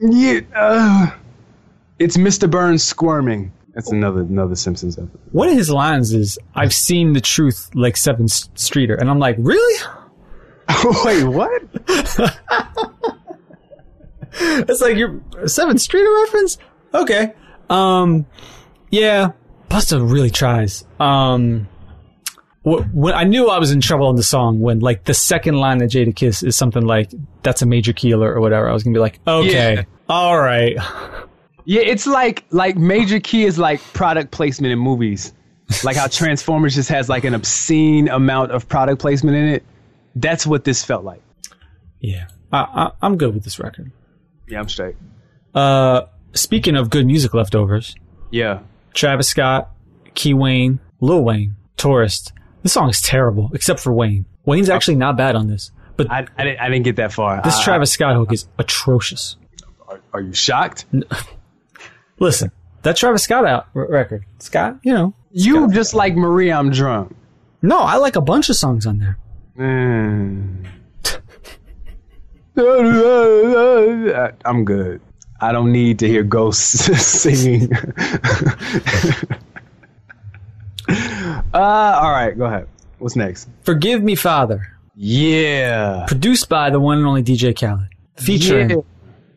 [SPEAKER 3] yeah, uh, it's Mr. Burns squirming. That's another another Simpsons episode.
[SPEAKER 2] One of his lines is, "I've seen the truth like Seven S- Streeter," and I'm like, really?
[SPEAKER 3] Wait, what?
[SPEAKER 2] It's like your Seven Streeter reference? Okay. Um, yeah. Busta really tries. Um, wh- when I knew I was in trouble on the song when like the second line that Jada Kiss is something like "That's a major keeler" or whatever. I was gonna be like, okay,
[SPEAKER 3] Yeah.
[SPEAKER 2] all right.
[SPEAKER 3] Yeah, it's like like Major Key is like product placement in movies. Like how Transformers just has like an obscene amount of product placement in it. That's what this felt like.
[SPEAKER 2] Yeah, I, I, I'm good with this record.
[SPEAKER 3] Yeah, I'm straight.
[SPEAKER 2] Uh, speaking of good music leftovers,
[SPEAKER 3] Yeah.
[SPEAKER 2] Travis Scott, Key Wayne, Lil Wayne, Tourist. This song is terrible, except for Wayne. Wayne's actually not bad on this, but
[SPEAKER 3] I, I, didn't, I didn't get that far.
[SPEAKER 2] this
[SPEAKER 3] I-
[SPEAKER 2] Travis Scott hook is atrocious.
[SPEAKER 3] Are, are you shocked?
[SPEAKER 2] Listen, that Travis Scott out r- record, Scott, you know,
[SPEAKER 3] You just like Marie, I'm drunk.
[SPEAKER 2] no, I like a bunch of songs on there.
[SPEAKER 3] Mm. I'm good. I don't need to hear ghosts singing. uh, all right, go ahead. What's next?
[SPEAKER 2] Forgive Me, Father,
[SPEAKER 3] Yeah.
[SPEAKER 2] produced by the one and only DJ Khaled, featuring
[SPEAKER 3] Yeah.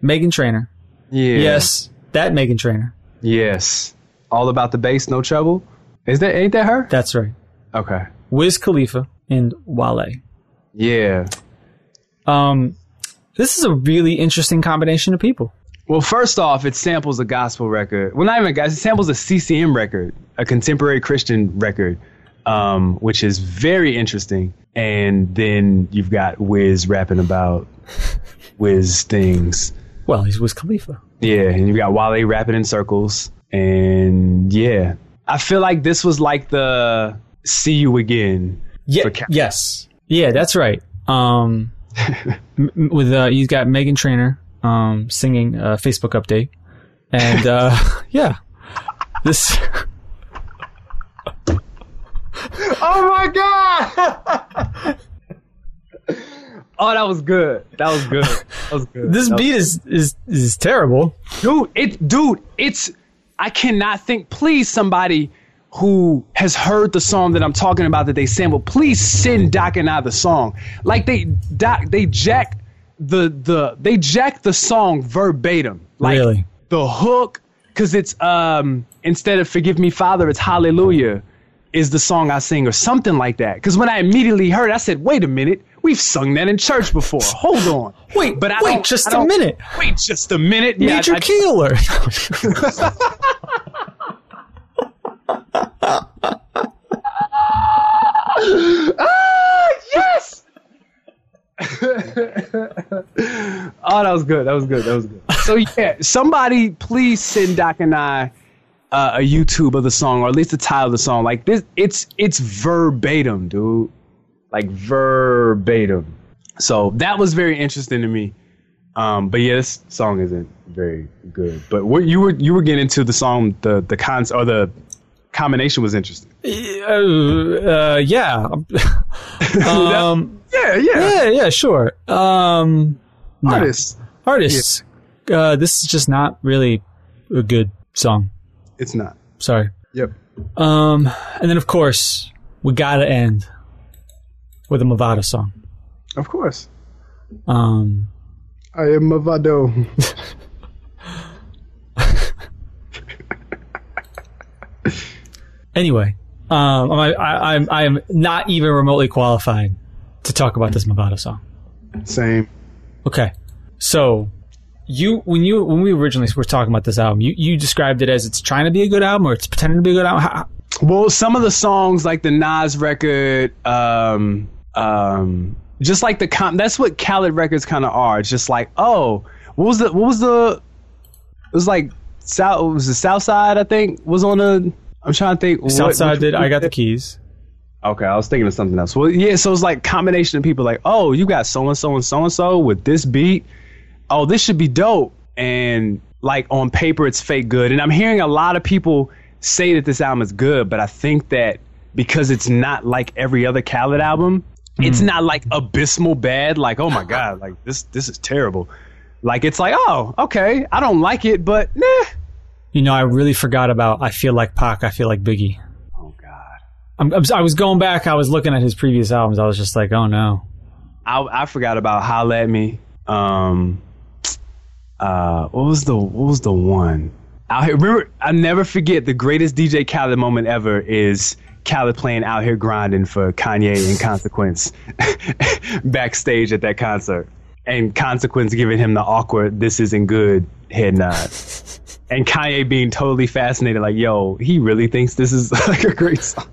[SPEAKER 2] Megan Trainer.
[SPEAKER 3] Yeah.
[SPEAKER 2] Yes, that Megan Trainer.
[SPEAKER 3] Yes. All about the bass, no trouble. Is that ain't that her?
[SPEAKER 2] That's right.
[SPEAKER 3] Okay.
[SPEAKER 2] Wiz Khalifa and Wale.
[SPEAKER 3] Yeah.
[SPEAKER 2] Um, this is a really interesting combination of people.
[SPEAKER 3] Well, first off, it samples a gospel record. Well, not even guys. It samples a CCM record, a contemporary Christian record, um, which is very interesting. And then you've got Wiz rapping about Wiz things.
[SPEAKER 2] Well, he's Wiz Khalifa.
[SPEAKER 3] Yeah, and you've got Wale rapping in circles. And yeah, I feel like this was like the "See You Again."
[SPEAKER 2] Yeah,
[SPEAKER 3] For Cal-
[SPEAKER 2] yes, yeah, that's right. Um, m- m- with uh, you've got Megan Trainer um singing uh, Facebook update, and uh, yeah, this
[SPEAKER 3] Oh my god! oh, that was good. That was good. That was good.
[SPEAKER 2] this
[SPEAKER 3] That was-
[SPEAKER 2] beat is is is terrible.
[SPEAKER 3] dude it dude it's i cannot think please somebody who has heard the song that i'm talking about that they sampled please send doc and i the song like they doc they jack the the they jack the song verbatim like
[SPEAKER 2] Really?
[SPEAKER 3] the hook because it's um instead of forgive me father it's hallelujah is the song i sing or something like that because when i immediately heard it, i said wait a minute we've sung that in church before hold on
[SPEAKER 2] Wait,
[SPEAKER 3] but I
[SPEAKER 2] wait,
[SPEAKER 3] don't-
[SPEAKER 2] just
[SPEAKER 3] I
[SPEAKER 2] a
[SPEAKER 3] don't-
[SPEAKER 2] minute.
[SPEAKER 3] wait just a minute Yeah,
[SPEAKER 2] Major
[SPEAKER 3] I-
[SPEAKER 2] Keeler.
[SPEAKER 3] yes. oh, that was good. That was good. That was good. So yeah, somebody please send Doc and I uh, a YouTube of the song, or at least the title of the song. Like this, it's it's verbatim, dude. Like verbatim. So that was very interesting to me. Um, but yeah, this song isn't very good. But what you were you were getting into the song, the the cons or the combination was interesting.
[SPEAKER 2] uh, uh, yeah. um,
[SPEAKER 3] Yeah, yeah.
[SPEAKER 2] yeah, yeah, sure. Um, no.
[SPEAKER 3] Artists.
[SPEAKER 2] artists. Uh, this is just not really a good song.
[SPEAKER 3] It's not.
[SPEAKER 2] Sorry.
[SPEAKER 3] Yep.
[SPEAKER 2] Um, and then of course we gotta end with a Movado song.
[SPEAKER 3] Of course.
[SPEAKER 2] Um,
[SPEAKER 3] I am Mavado.
[SPEAKER 2] anyway, um, I, I, I'm I'm not even remotely qualified to talk about this Movado song.
[SPEAKER 3] Same.
[SPEAKER 2] Okay, so you when you when we originally were talking about this album, you you described it as it's trying to be a good album or it's pretending to be a good album. How- how-
[SPEAKER 3] Well, some of the songs like the Nas record, um, um, just like the com- that's what Khaled records kind of are. It's just like, oh, what was the what was the it was like South it was the South Side I think was on the I'm trying to think. what-
[SPEAKER 2] Southside
[SPEAKER 3] which-
[SPEAKER 2] did I got the keys.
[SPEAKER 3] Okay, I was thinking of something else. Well, yeah, so it's like combination of people like, oh, you got so and so and so and so with this beat. Oh, this should be dope. And like on paper, it's fake good. And I'm hearing a lot of people say that this album is good, but I think that because it's not like every other Khaled album, it's not like abysmal bad. Like, oh my god, like this this is terrible. Like it's like, oh, okay, I don't like it, but nah.
[SPEAKER 2] You know, I really forgot about I feel like Pac, I feel like Biggie.
[SPEAKER 3] Oh god.
[SPEAKER 2] I'm, I'm, I was going back. I was looking at his previous albums. I was just like, oh no.
[SPEAKER 3] I, I forgot about Holla at Me. Um, uh, what was the what was the one? Out here, remember, I never forget the greatest DJ Khaled moment ever is Khaled playing out here grinding for Kanye and Consequence backstage at that concert, and Consequence giving him the awkward "this isn't good" head nod, and Kanye being totally fascinated, like, "Yo, he really thinks this is like a great song."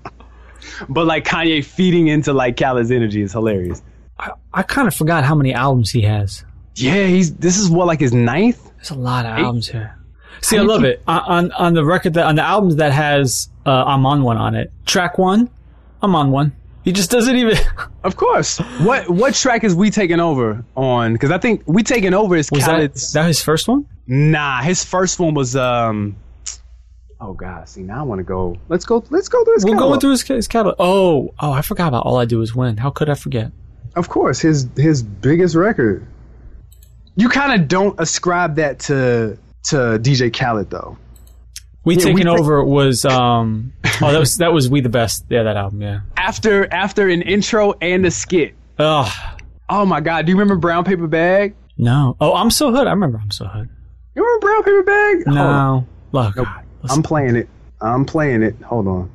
[SPEAKER 3] But like Kanye feeding into like Khaled's energy is hilarious.
[SPEAKER 2] I, I kind of forgot how many albums he has.
[SPEAKER 3] Yeah, he's. This is what like his ninth.
[SPEAKER 2] There's a lot of albums here. See, I love it on, on on the record that on the albums that has uh, I'm on one on it. Track one, I'm on one. He just doesn't even.
[SPEAKER 3] Of course. What what track is we taking over on? Because I think we taking over is
[SPEAKER 2] Was that,
[SPEAKER 3] Khaled's.
[SPEAKER 2] is that his first one?
[SPEAKER 3] Nah, his first one was um. Oh God! See now I want to go. Letlet's go. Let's go through his.
[SPEAKER 2] We're going
[SPEAKER 3] catalog.
[SPEAKER 2] through his, his catalog. Oh, oh, I forgot about all I do is win. How could I forget?
[SPEAKER 3] Of course, his his biggest record. You kind of don't ascribe that to to DJ Khaled though.
[SPEAKER 2] We
[SPEAKER 3] Yeah,
[SPEAKER 2] taking
[SPEAKER 3] We Ta-
[SPEAKER 2] over was um. Oh, that was that was we the best. Yeah, that album. Yeah.
[SPEAKER 3] After after an intro and a skit.
[SPEAKER 2] Oh
[SPEAKER 3] Oh my God! Do you remember Brown Paper Bag?
[SPEAKER 2] no. Oh, I'm so hood. I remember I'm so hood.
[SPEAKER 3] You remember Brown Paper Bag? Hold on.
[SPEAKER 2] No, look.
[SPEAKER 3] Nope. I'm playing it. I'm playing it. Hold on.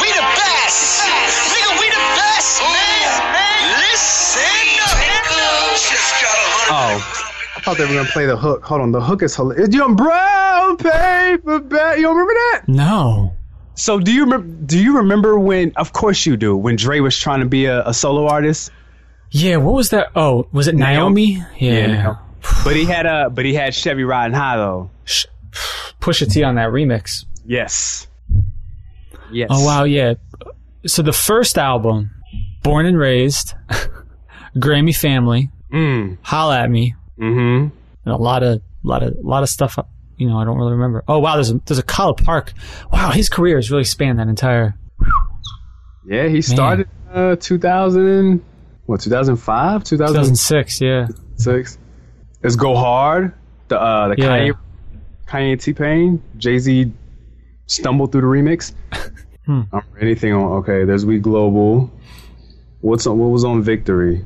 [SPEAKER 4] We the best. Nigga, we the best, man. Listen up. Just got a hundred.
[SPEAKER 3] Oh. I thought they were gonna play the hook. Hold on, the hook is hilarious. You don't brown paper bag. You don't remember that?
[SPEAKER 2] No.
[SPEAKER 3] So do you remember? Do you remember when? Of course you do. When Dre was trying to be a, a solo artist,
[SPEAKER 2] Yeah. What was that? Oh, was it Naomi? Yeah.
[SPEAKER 3] Naomi. but he had a but he had Chevy riding high though.
[SPEAKER 2] Push a T on that remix.
[SPEAKER 3] Yes. Yes.
[SPEAKER 2] Oh wow, yeah. So the first album, Born and Raised, Grammy Family,
[SPEAKER 3] Mm.
[SPEAKER 2] Holla at Me,
[SPEAKER 3] Mm-hmm.
[SPEAKER 2] and a lot of lot of lot of stuff. You know, I don't really remember. Oh wow, there's a, there's a Kyle Park. Wow, his career has really spanned that entire.
[SPEAKER 3] Yeah, he started uh, 2000. What 2005? 2006.
[SPEAKER 2] 2006, yeah,
[SPEAKER 3] Let's go hard. The uh, the
[SPEAKER 2] Yeah.
[SPEAKER 3] Kanye, Kanye T Pain, Jay Z, stumbled through the remix.
[SPEAKER 2] Hmm.
[SPEAKER 3] Um, anything on? Okay, there's We Global. What's on? What was on Victory?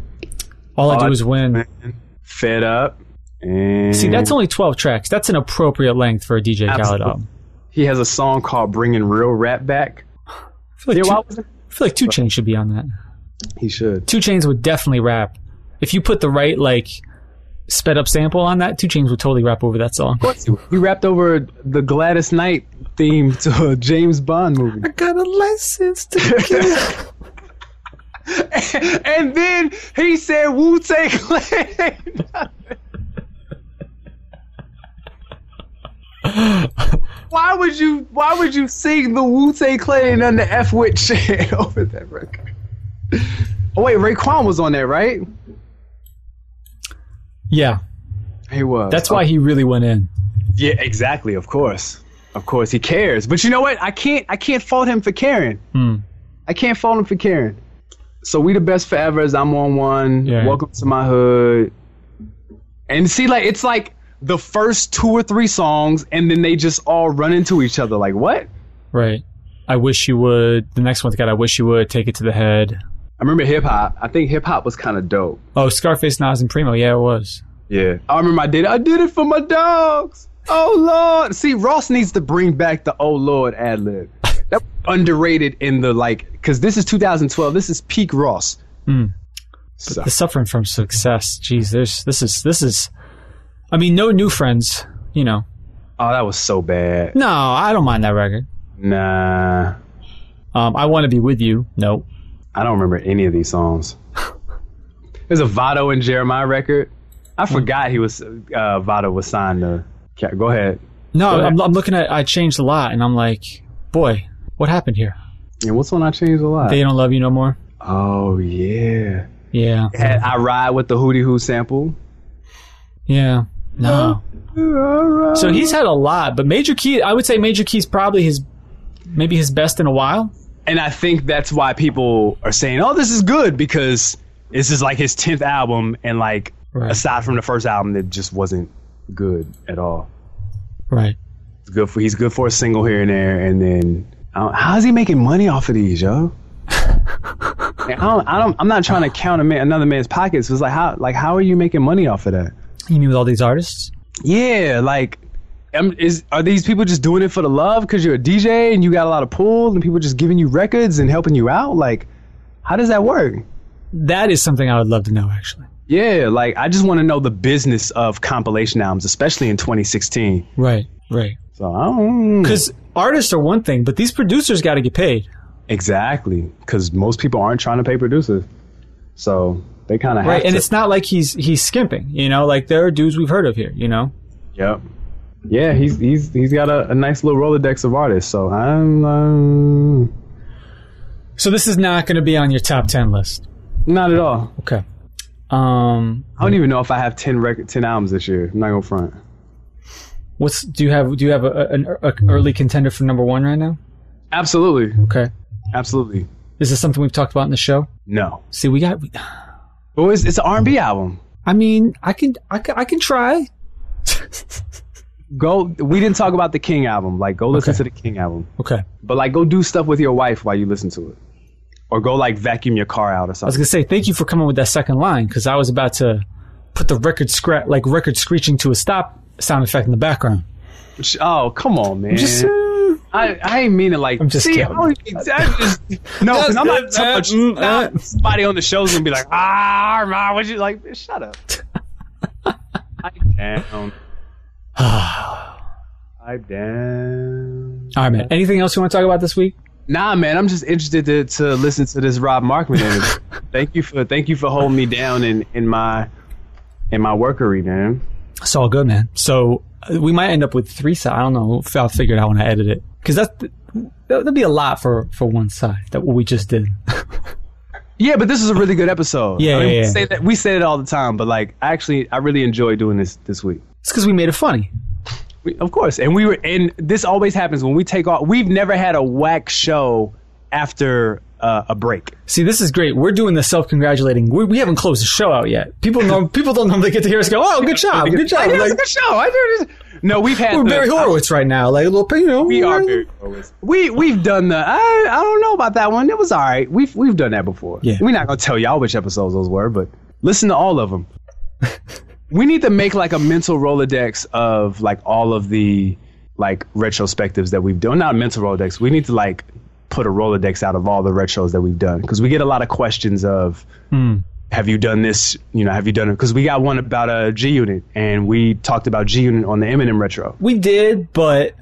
[SPEAKER 2] all I
[SPEAKER 3] Oh,
[SPEAKER 2] do is win.
[SPEAKER 3] Fed Up. And
[SPEAKER 2] See, that's only 12 tracks. That's an appropriate length for a DJ Khaled
[SPEAKER 3] Absolutely.
[SPEAKER 2] album.
[SPEAKER 3] he has a song called "Bringing Real Rap Back."
[SPEAKER 2] I feel
[SPEAKER 3] Yeah,
[SPEAKER 2] like,
[SPEAKER 3] why
[SPEAKER 2] two,
[SPEAKER 3] wasn't-
[SPEAKER 2] I feel like Two Chains should be on that.
[SPEAKER 3] he should.
[SPEAKER 2] Two Chains would definitely rap. If you put the right like sped up sample on that, Two Chains would totally rap over that song.
[SPEAKER 3] He rapped over the Gladys Knight theme to a James Bond movie,
[SPEAKER 2] got a license to
[SPEAKER 3] and then he said Wu Tang Clan. why would you? Why would you sing the Wu Tang Clan and the F wit shit over that record? Oh wait, Raekwon was on that, right?
[SPEAKER 2] Yeah,
[SPEAKER 3] He was.
[SPEAKER 2] that's why he really went in.
[SPEAKER 3] Yeah, exactly. Of course, of course, he cares. But you know what? I can't. I can't fault him for caring.
[SPEAKER 2] Hmm.
[SPEAKER 3] I can't fault him for caring. So we the best forever. As I'm on one.
[SPEAKER 2] Yeah.
[SPEAKER 3] Welcome to my hood. And see, like it's like the first two or three songs, and then they just all run into each other. Like what?
[SPEAKER 2] Right. I wish you would. The next one's got. I wish you would take it to the head.
[SPEAKER 3] I remember hip hop. I think hip hop was kind of dope.
[SPEAKER 2] Oh, Scarface, Nas, and Primo. Yeah, it was.
[SPEAKER 3] Yeah. I remember I did. I did it for my dogs. Oh Lord. See, Ross needs to bring back the Oh Lord ad lib. That was underrated in the like, because this is 2012. This is peak Ross. So,
[SPEAKER 2] The suffering from success. Jeez, there's this is this is. I mean, no new friends. You know.
[SPEAKER 3] oh, that was so bad.
[SPEAKER 2] No, I don't mind that record.
[SPEAKER 3] Nah,
[SPEAKER 2] Um, I want to be with you. No.
[SPEAKER 3] I don't remember any of these songs. There's a Vado and Jeremiah record. I forgot he was uh, Vado was signed to. Ca- Go ahead.
[SPEAKER 2] No,
[SPEAKER 3] ahead.
[SPEAKER 2] I'm, I'm looking at. I changed a lot, and I'm like, boy, what happened here?
[SPEAKER 3] And what's one I changed a lot?
[SPEAKER 2] They don't love you no more.
[SPEAKER 3] oh yeah.
[SPEAKER 2] Yeah.
[SPEAKER 3] Had I ride with the Hootie Hoo sample.
[SPEAKER 2] Yeah. No. So he's had a lot, but Major Key, I would say Major Key's probably his, maybe his best in a while.
[SPEAKER 3] and I think that's why people are saying, "Oh, this is good," because this is like his tenth album, and like
[SPEAKER 2] Right.
[SPEAKER 3] aside from the first album, that just wasn't good at all.
[SPEAKER 2] Right.
[SPEAKER 3] It's good for he's good for a single here and there, and then I don't- how's he making money off of these, yo? And I don't, I don't, I'm not trying to count a man, another man's pockets. It's like how, like how are you making money off of that?
[SPEAKER 2] You mean with all these artists?
[SPEAKER 3] Yeah, like, um, is are these people just doing it for the love because you're a DJ and you got a lot of pull and people just giving you records and helping you out? Like, how does that work?
[SPEAKER 2] That is something I would love to know, actually.
[SPEAKER 3] Yeah, like I just want to know the business of compilation albums, especially in 2016.
[SPEAKER 2] Right. Right.
[SPEAKER 3] So I don't
[SPEAKER 2] Because artists are one thing, but these producers got to get paid.
[SPEAKER 3] exactly because most people aren't trying to pay producers. So they kind of
[SPEAKER 2] right?
[SPEAKER 3] have
[SPEAKER 2] And
[SPEAKER 3] to.
[SPEAKER 2] it's not like he's he's skimping. You know, like there are dudes we've heard of here. You know,
[SPEAKER 3] Yep. Yeah, he's he's he's got a, a nice little rolodex of artists. So I'm um,
[SPEAKER 2] so this is not going to be on your top ten list.
[SPEAKER 3] not at all.
[SPEAKER 2] Okay. Um,
[SPEAKER 3] I don't even know if I have ten record ten albums this year. I'm not gonna front.
[SPEAKER 2] what's do you have? Do you have a, an a early contender for number one right now?
[SPEAKER 3] Absolutely,
[SPEAKER 2] Okay.
[SPEAKER 3] absolutely.
[SPEAKER 2] Is this something we've talked about in the show?
[SPEAKER 3] No,
[SPEAKER 2] See, we got. We,
[SPEAKER 3] but it's, it's an R&B album.
[SPEAKER 2] I mean, I can, I can, I can try.
[SPEAKER 3] Go. We didn't talk about the King album. Like, go listen
[SPEAKER 2] Okay.
[SPEAKER 3] to the King album.
[SPEAKER 2] Okay.
[SPEAKER 3] But like, go do stuff with your wife while you listen to it, or go like vacuum your car out or
[SPEAKER 2] I was
[SPEAKER 3] something.
[SPEAKER 2] gonna say thank you for coming with that second line because I was about to put the record scra- like record screeching to a stop sound effect in the background.
[SPEAKER 3] oh, come on, man.
[SPEAKER 2] Just,
[SPEAKER 3] I, I ain't mean it like. I'm
[SPEAKER 2] just
[SPEAKER 3] see,
[SPEAKER 2] kidding.
[SPEAKER 3] I don't- I'm just, no, 'cause I'm not
[SPEAKER 2] Uh,
[SPEAKER 3] touch.
[SPEAKER 2] mm, uh.
[SPEAKER 3] somebody on the show's gonna be like, ah, Armand, what you like? Shut up. I'm down. I'm down.
[SPEAKER 2] All right, man. Anything else you want to talk about this week?
[SPEAKER 3] Nah, man, I'm just interested to, to listen to this Rob Markman interview. thank you for thank you for holding me down in in my in my workery, man.
[SPEAKER 2] It's all good, man. So uh, we might end up with three sides. I don't know. If I'll figure it out when I edit it because that's that'll be a lot for for one side. That what we just did.
[SPEAKER 3] Yeah, but this is a really good episode.
[SPEAKER 2] Yeah,
[SPEAKER 3] I mean,
[SPEAKER 2] yeah,
[SPEAKER 3] we
[SPEAKER 2] yeah.
[SPEAKER 3] say that we say it all the time, but like, actually, I really enjoy doing this this week.
[SPEAKER 2] It's because we made it funny.
[SPEAKER 3] We, of course, and we were, and this always happens when we take off. We've never had a whack show after uh, a break.
[SPEAKER 2] See, this is great. We're doing the self congratulating. We, we haven't closed the show out yet. People know people don't normally get to hear us go. Oh, good job, good job.
[SPEAKER 3] Yeah, it's a
[SPEAKER 2] Like,
[SPEAKER 3] good show. I do this. No, we've had
[SPEAKER 2] we're
[SPEAKER 3] the-
[SPEAKER 2] Barry Horowitz right now. Like a little, you know,
[SPEAKER 3] We are Barry Horowitz. We we've done the. I, I don't know about that one. It was all right. We've we've done that before.
[SPEAKER 2] Yeah.
[SPEAKER 3] We're not gonna tell y'all which episodes those were, but listen to all of them. we need to make like a mental rolodex of like all of the like retrospectives that we've done. Not a mental rolodex. We need to like put a rolodex out of all the retros that we've done because we get a lot of questions of. Have you done this? You know, have you done it? Because we got one about a G Unit, and we talked about G Unit on the Eminem retro.
[SPEAKER 2] We did, but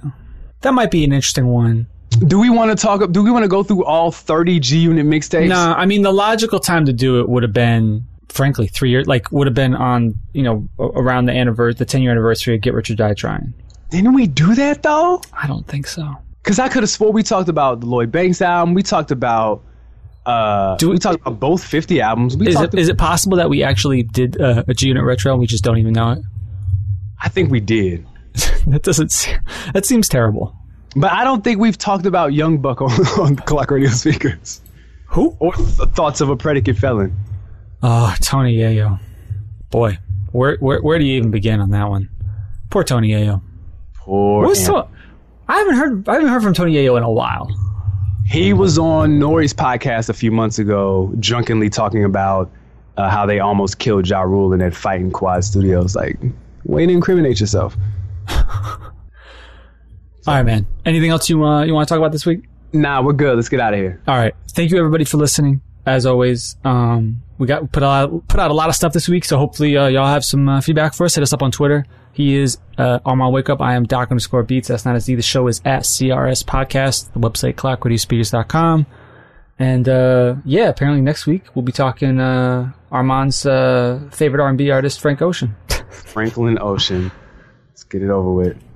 [SPEAKER 2] that might be an interesting one.
[SPEAKER 3] Do we want to talk? Do we want to go through all thirty G Unit mixtapes?
[SPEAKER 2] No, I mean the logical time to do it would have been, frankly, three years. Like would have been on you know a- around the anniversary, the ten year anniversary of Get Rich or Die Trying.
[SPEAKER 3] Didn't we do that though?
[SPEAKER 2] I don't think so.
[SPEAKER 3] Because I could have swore we talked about the Lloyd Banks album. We talked about. Uh,
[SPEAKER 2] Do
[SPEAKER 3] do
[SPEAKER 2] we-
[SPEAKER 3] we, talked about both fifty albums? We
[SPEAKER 2] Is
[SPEAKER 3] talked.
[SPEAKER 2] it is it possible that we actually did uh, a G Unit retro and we just don't even know it?
[SPEAKER 3] I think we did,
[SPEAKER 2] That doesn't. se- That seems terrible.
[SPEAKER 3] but I don't think we've talked about Young Buck on, on Clock Radio Speakers
[SPEAKER 2] Who?
[SPEAKER 3] or th- Thoughts of a Predicate Felon.
[SPEAKER 2] Oh, Tony Yayo. Boy, where where where do you even begin on that one? Poor Tony Yayo.
[SPEAKER 3] Poor
[SPEAKER 2] What's
[SPEAKER 3] Ant-
[SPEAKER 2] Tony? I haven't heard I haven't heard from Tony Yayo in a while.
[SPEAKER 3] He was on Nori's podcast a few months ago, drunkenly talking about uh, how they almost killed Ja Rule in that fight in Quad Studios. Like, way to incriminate yourself.
[SPEAKER 2] All right, man. Anything else you uh, you want to talk about this week?
[SPEAKER 3] Nah, we're good. Let's get out of here.
[SPEAKER 2] All right. Thank you everybody for listening. As always, um, we got put out put out a lot of stuff this week, so hopefully uh, y'all have some uh, feedback for us. Hit us up on Twitter. He is uh, on my wake up. I am Doc underscore Beats. That's not as D. The show is at CRS Podcast. The website clockwithyspeakers.com. And uh, yeah, apparently next week we'll be talking uh, Armand's uh, favorite R and B artist, Frank Ocean.
[SPEAKER 3] Franklin Ocean. Let's get it over with.